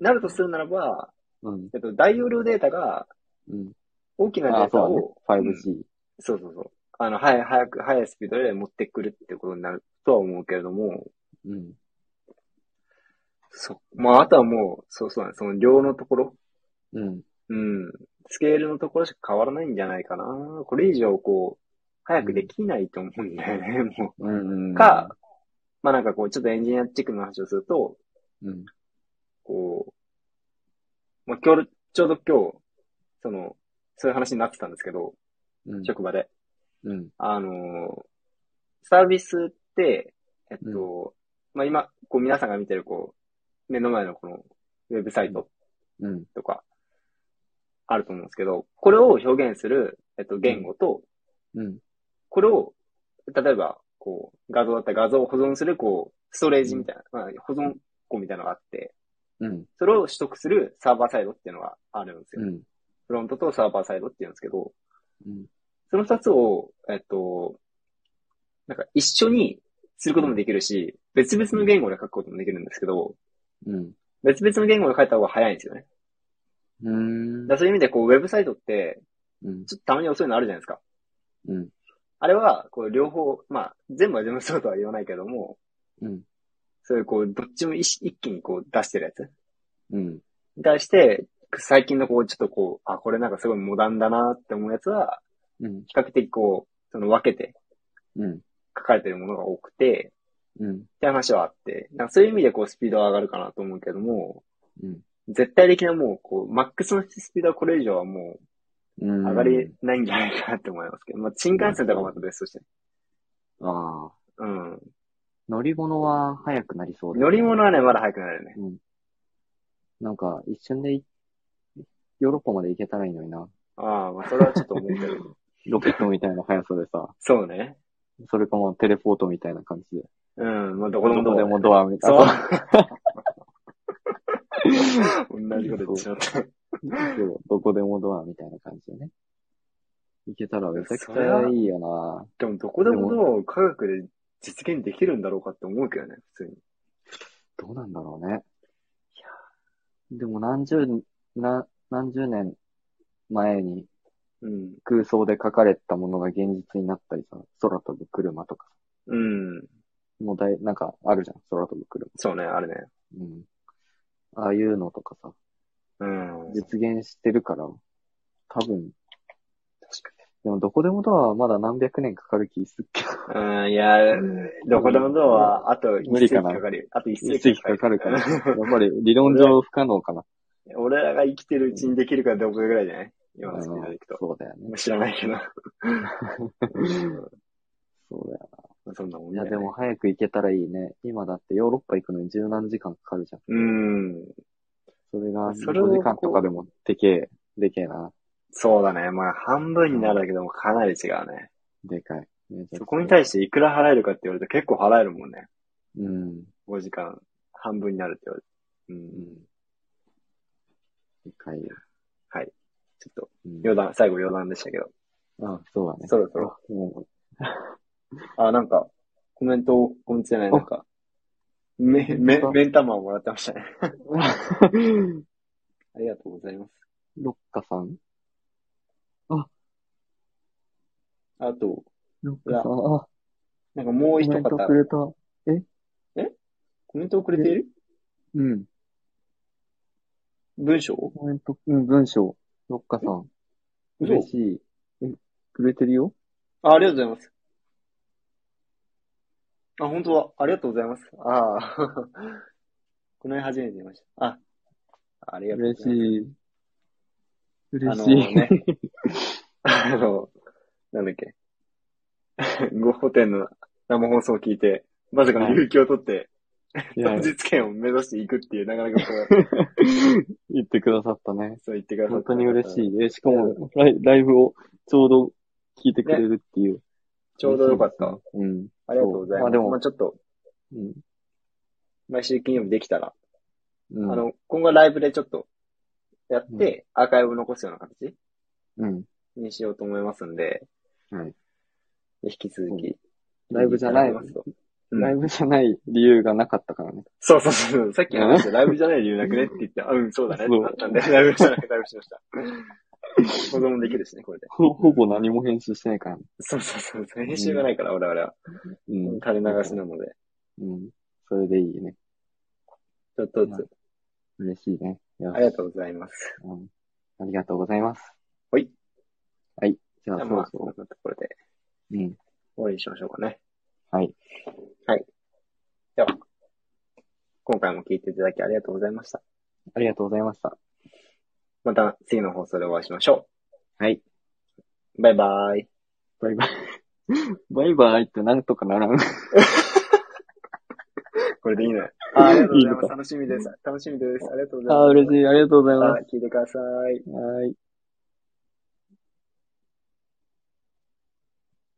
[SPEAKER 1] なるとするならば、
[SPEAKER 2] うん。
[SPEAKER 1] えっと、大容量データが、
[SPEAKER 2] うん。
[SPEAKER 1] 大きな
[SPEAKER 2] あ
[SPEAKER 1] デ
[SPEAKER 2] あ、
[SPEAKER 1] ータ
[SPEAKER 2] そ
[SPEAKER 1] を、
[SPEAKER 2] うだ
[SPEAKER 1] う
[SPEAKER 2] ね。
[SPEAKER 1] ん
[SPEAKER 2] 5G。
[SPEAKER 1] そうそうそう。あの、はい、早く、早いスピードで持ってくるってことになるとは思うけれども、
[SPEAKER 2] うん。
[SPEAKER 1] そう。まあ、あとはもう、そうそうだね、その量のところ、
[SPEAKER 2] うん。
[SPEAKER 1] うん、スケールのところしか変わらないんじゃないかな。これ以上、こう、早くできないと思うんだよね、 (laughs) もう。
[SPEAKER 2] うん。うん
[SPEAKER 1] か、まあなんかこう、ちょっとエンジニアチックの話をすると、
[SPEAKER 2] うん。
[SPEAKER 1] こう、まあ今日、ちょうど今日、その、そういう話になってたんですけど、
[SPEAKER 2] うん。
[SPEAKER 1] 職場で。
[SPEAKER 2] うん。
[SPEAKER 1] あの、サービスって、えっと、まあ、今、こう皆さんが見てる、こう、目の前のこのウェブサイト
[SPEAKER 2] うん。
[SPEAKER 1] とか、あると思うんですけど、これを表現する、えっと、言語と、
[SPEAKER 2] うん。
[SPEAKER 1] これを、例えば、こう、画像だったら画像を保存する、こう、ストレージみたいな、まあ、保存庫みたいなのがあって、
[SPEAKER 2] うん。
[SPEAKER 1] それを取得するサーバーサイドっていうのがあるんですよ。
[SPEAKER 2] うん。
[SPEAKER 1] フロントとサーバーサイドっていうんですけど、
[SPEAKER 2] うん。
[SPEAKER 1] その二つを、えっと、なんか一緒にすることもできるし、別々の言語で書くこともできるんですけど、
[SPEAKER 2] うん。
[SPEAKER 1] 別々の言語で書いた方が早いんですよね。
[SPEAKER 2] うん
[SPEAKER 1] だからそういう意味で、こう、ウェブサイトって、
[SPEAKER 2] うん。
[SPEAKER 1] ちょっとたまに遅いのあるじゃないですか。
[SPEAKER 2] うん。
[SPEAKER 1] あれは、こう、両方、まあ、全部は全部そうとは言わないけども、
[SPEAKER 2] うん。
[SPEAKER 1] そういう、こう、どっちも一一気にこう出してるやつ
[SPEAKER 2] うん。
[SPEAKER 1] に対して、最近のこう、ちょっとこう、あ、これなんかすごいモダンだなって思うやつは、
[SPEAKER 2] うん。
[SPEAKER 1] 比較的こう、その分けて
[SPEAKER 2] うん。
[SPEAKER 1] 書かれてるものが多くて、
[SPEAKER 2] うん。
[SPEAKER 1] って話はあって、なんかそういう意味でこうスピードは上がるかなと思うけども、
[SPEAKER 2] うん。
[SPEAKER 1] 絶対的なもう、こう、マックスのスピードはこれ以上はも
[SPEAKER 2] うん。
[SPEAKER 1] う上がりないんじゃないかなって思いますけど、まあ新幹線とかまた別として。
[SPEAKER 2] ああ。
[SPEAKER 1] うん。
[SPEAKER 2] 乗り物は早くなりそうだね
[SPEAKER 1] 乗り物はね、まだ早くなるよね。
[SPEAKER 2] うん。なんか、一瞬でい、ヨーロッパまで行けたらいいのにな。
[SPEAKER 1] ああ、まあそれはちょっと思うけど。
[SPEAKER 2] ロケットみたいな速さでさ、
[SPEAKER 1] (laughs) そうね。 (laughs)
[SPEAKER 2] それかもうテレポートみたいな感じで。
[SPEAKER 1] うん、もうどこ
[SPEAKER 2] ど
[SPEAKER 1] でも
[SPEAKER 2] こで
[SPEAKER 1] ど
[SPEAKER 2] もドアみたい
[SPEAKER 1] そう
[SPEAKER 2] な。
[SPEAKER 1] こ。
[SPEAKER 2] (laughs)
[SPEAKER 1] 同じこと言ってしまった。
[SPEAKER 2] そうどこでもドアみたいな感じでね。行けたらめちゃくちゃいいよな
[SPEAKER 1] でも、どこでもどう科学で実現できるんだろうかって思うけどね、普通に。
[SPEAKER 2] どうなんだろうね。でも何十、な、何十年前に
[SPEAKER 1] うん。
[SPEAKER 2] 空想で書かれたものが現実になったりさ、空飛ぶ車とかさ、
[SPEAKER 1] うん。
[SPEAKER 2] もうだい、なんかあるじゃん、空飛ぶ車。
[SPEAKER 1] そうね、あれね。
[SPEAKER 2] うん。ああいうのとかさ、
[SPEAKER 1] うん。
[SPEAKER 2] 実現してるから、多分、でもどこでもドアはまだ何百年かかる気すっけど。
[SPEAKER 1] うん、いや、 (laughs) どこでもどうは、あと一
[SPEAKER 2] 無理
[SPEAKER 1] 世
[SPEAKER 2] か
[SPEAKER 1] 紀
[SPEAKER 2] な
[SPEAKER 1] かかるよ。あと一世
[SPEAKER 2] 一世紀かかる (laughs) から。やっぱり理論上不可能かな。
[SPEAKER 1] 俺らが生きてるうちにできるかどうかぐらいじゃない今のスピードでいくと。
[SPEAKER 2] そうだよね。
[SPEAKER 1] 知らないけど。
[SPEAKER 2] そうだよ。
[SPEAKER 1] うんそんなもん
[SPEAKER 2] い
[SPEAKER 1] ね。
[SPEAKER 2] や、でも早く行けたらいいね。今だってヨーロッパ行くのに十何時間かかるじゃん。
[SPEAKER 1] うん。
[SPEAKER 2] それが
[SPEAKER 1] それを
[SPEAKER 2] 5時間とかでもでけえ、でけえな。
[SPEAKER 1] そうだね。まあ、半分になるだけでもかなり違うね。
[SPEAKER 2] でかい。めちゃくちゃ
[SPEAKER 1] そこに対していくら払えるかって言われると結構払えるもんね。
[SPEAKER 2] うん。
[SPEAKER 1] 5時間、半分になるって言われる。う
[SPEAKER 2] う
[SPEAKER 1] ん。
[SPEAKER 2] ん。でかいよ。
[SPEAKER 1] ちょっと、
[SPEAKER 2] うん、
[SPEAKER 1] 余談、最後余談でしたけど。
[SPEAKER 2] あ、そうだね。
[SPEAKER 1] そろそろ。
[SPEAKER 2] も
[SPEAKER 1] あ、なんか、コメントを、コメントじゃない、
[SPEAKER 2] お
[SPEAKER 1] なんか、め、め、
[SPEAKER 2] あ
[SPEAKER 1] めん玉をもらってま
[SPEAKER 2] (laughs)
[SPEAKER 1] したね。
[SPEAKER 2] う。
[SPEAKER 1] ありがとうございます。
[SPEAKER 2] ロッカさん
[SPEAKER 1] あと、
[SPEAKER 2] ロッカさん。あ、
[SPEAKER 1] なんかも
[SPEAKER 2] コ
[SPEAKER 1] う
[SPEAKER 2] メ
[SPEAKER 1] 一
[SPEAKER 2] ント
[SPEAKER 1] 方
[SPEAKER 2] く、れた。
[SPEAKER 1] コメントをくれている
[SPEAKER 2] うん。
[SPEAKER 1] 文章
[SPEAKER 2] コメント、うん、文章。ロッカさん。
[SPEAKER 1] 嘘
[SPEAKER 2] 嬉しい。え、くれてるよ
[SPEAKER 1] あ、ありがとうございます。あ、本当だ。ありがとうございます。ああ。 (laughs) この辺初めて見ました。あ、ありがとう
[SPEAKER 2] 嬉
[SPEAKER 1] ご
[SPEAKER 2] し
[SPEAKER 1] ざいます。
[SPEAKER 2] い。嬉し
[SPEAKER 1] あの
[SPEAKER 2] い。
[SPEAKER 1] ね、 (laughs) あの、なんだっけ。 (laughs) ゴッホ展の生放送を聞いて、まさかの有給を取って、
[SPEAKER 2] (laughs) い
[SPEAKER 1] 当
[SPEAKER 2] や
[SPEAKER 1] 日券を目指していくっていう、なかなかこう、
[SPEAKER 2] 言ってくださったね。
[SPEAKER 1] そう言ってくださっ
[SPEAKER 2] 本
[SPEAKER 1] た。
[SPEAKER 2] 当に嬉し。い。え、しかも、ライライブをちょうど聞いてくれるっていう。
[SPEAKER 1] ちょうどよかった。
[SPEAKER 2] 嬉しいですね。うん。
[SPEAKER 1] ありがとうございます。
[SPEAKER 2] まあでも
[SPEAKER 1] まあちょっと、
[SPEAKER 2] うん。
[SPEAKER 1] 毎週金曜日できたら、
[SPEAKER 2] うん
[SPEAKER 1] あ、の、今後はライブでちょっと、やって、アーカイブ残すような形
[SPEAKER 2] うん。
[SPEAKER 1] にしようと思いますんで、
[SPEAKER 2] はい。
[SPEAKER 1] 引き続き、
[SPEAKER 2] ライブじゃない
[SPEAKER 1] ただけますとうん
[SPEAKER 2] ライブじゃない理由がなかっ
[SPEAKER 1] (laughs)
[SPEAKER 2] たからね。
[SPEAKER 1] そうそうそう。さっき話した、ライブじゃない理由なくねって言って、あうん、そうだねってなったんで、ライブじゃなくライブしました。
[SPEAKER 2] (laughs)
[SPEAKER 1] 保存もできるしね、これで。
[SPEAKER 2] ほほぼ何も編集してないからね。
[SPEAKER 1] そうそうそう。編集がないから、我々は。
[SPEAKER 2] うん。
[SPEAKER 1] 垂れ流しなので、
[SPEAKER 2] うん。それでいいね。
[SPEAKER 1] ちょっとずつ、
[SPEAKER 2] 嬉しいね。よし
[SPEAKER 1] ありがとうございます。
[SPEAKER 2] うん。ありがとうございます。
[SPEAKER 1] ほい。
[SPEAKER 2] はい。じゃあ、
[SPEAKER 1] じゃあ
[SPEAKER 2] そ
[SPEAKER 1] ま
[SPEAKER 2] ろ
[SPEAKER 1] あ、
[SPEAKER 2] そ
[SPEAKER 1] こん
[SPEAKER 2] ろ。
[SPEAKER 1] なところで
[SPEAKER 2] うん。
[SPEAKER 1] 終わりにしましょうかね。
[SPEAKER 2] はい。
[SPEAKER 1] では、今回も聞いていただきありがとうございました。
[SPEAKER 2] ありがとうございました。
[SPEAKER 1] また次の放送でお会いしましょ
[SPEAKER 2] はい。
[SPEAKER 1] う。バイバーイ。
[SPEAKER 2] バイ (laughs) バイ。バイバイってなんとかならん。
[SPEAKER 1] これでいいのよ。
[SPEAKER 2] あ
[SPEAKER 1] あ
[SPEAKER 2] あり
[SPEAKER 1] り
[SPEAKER 2] が
[SPEAKER 1] が
[SPEAKER 2] と
[SPEAKER 1] とう
[SPEAKER 2] うご
[SPEAKER 1] ご
[SPEAKER 2] ざ
[SPEAKER 1] ざ
[SPEAKER 2] い
[SPEAKER 1] い
[SPEAKER 2] ま
[SPEAKER 1] ますす。楽しみです。楽しみです。ありがとうござい
[SPEAKER 2] あ
[SPEAKER 1] ます。
[SPEAKER 2] あ、嬉しい。ありがとうござい
[SPEAKER 1] ま
[SPEAKER 2] ま
[SPEAKER 1] た聞いてください。
[SPEAKER 2] す。はい。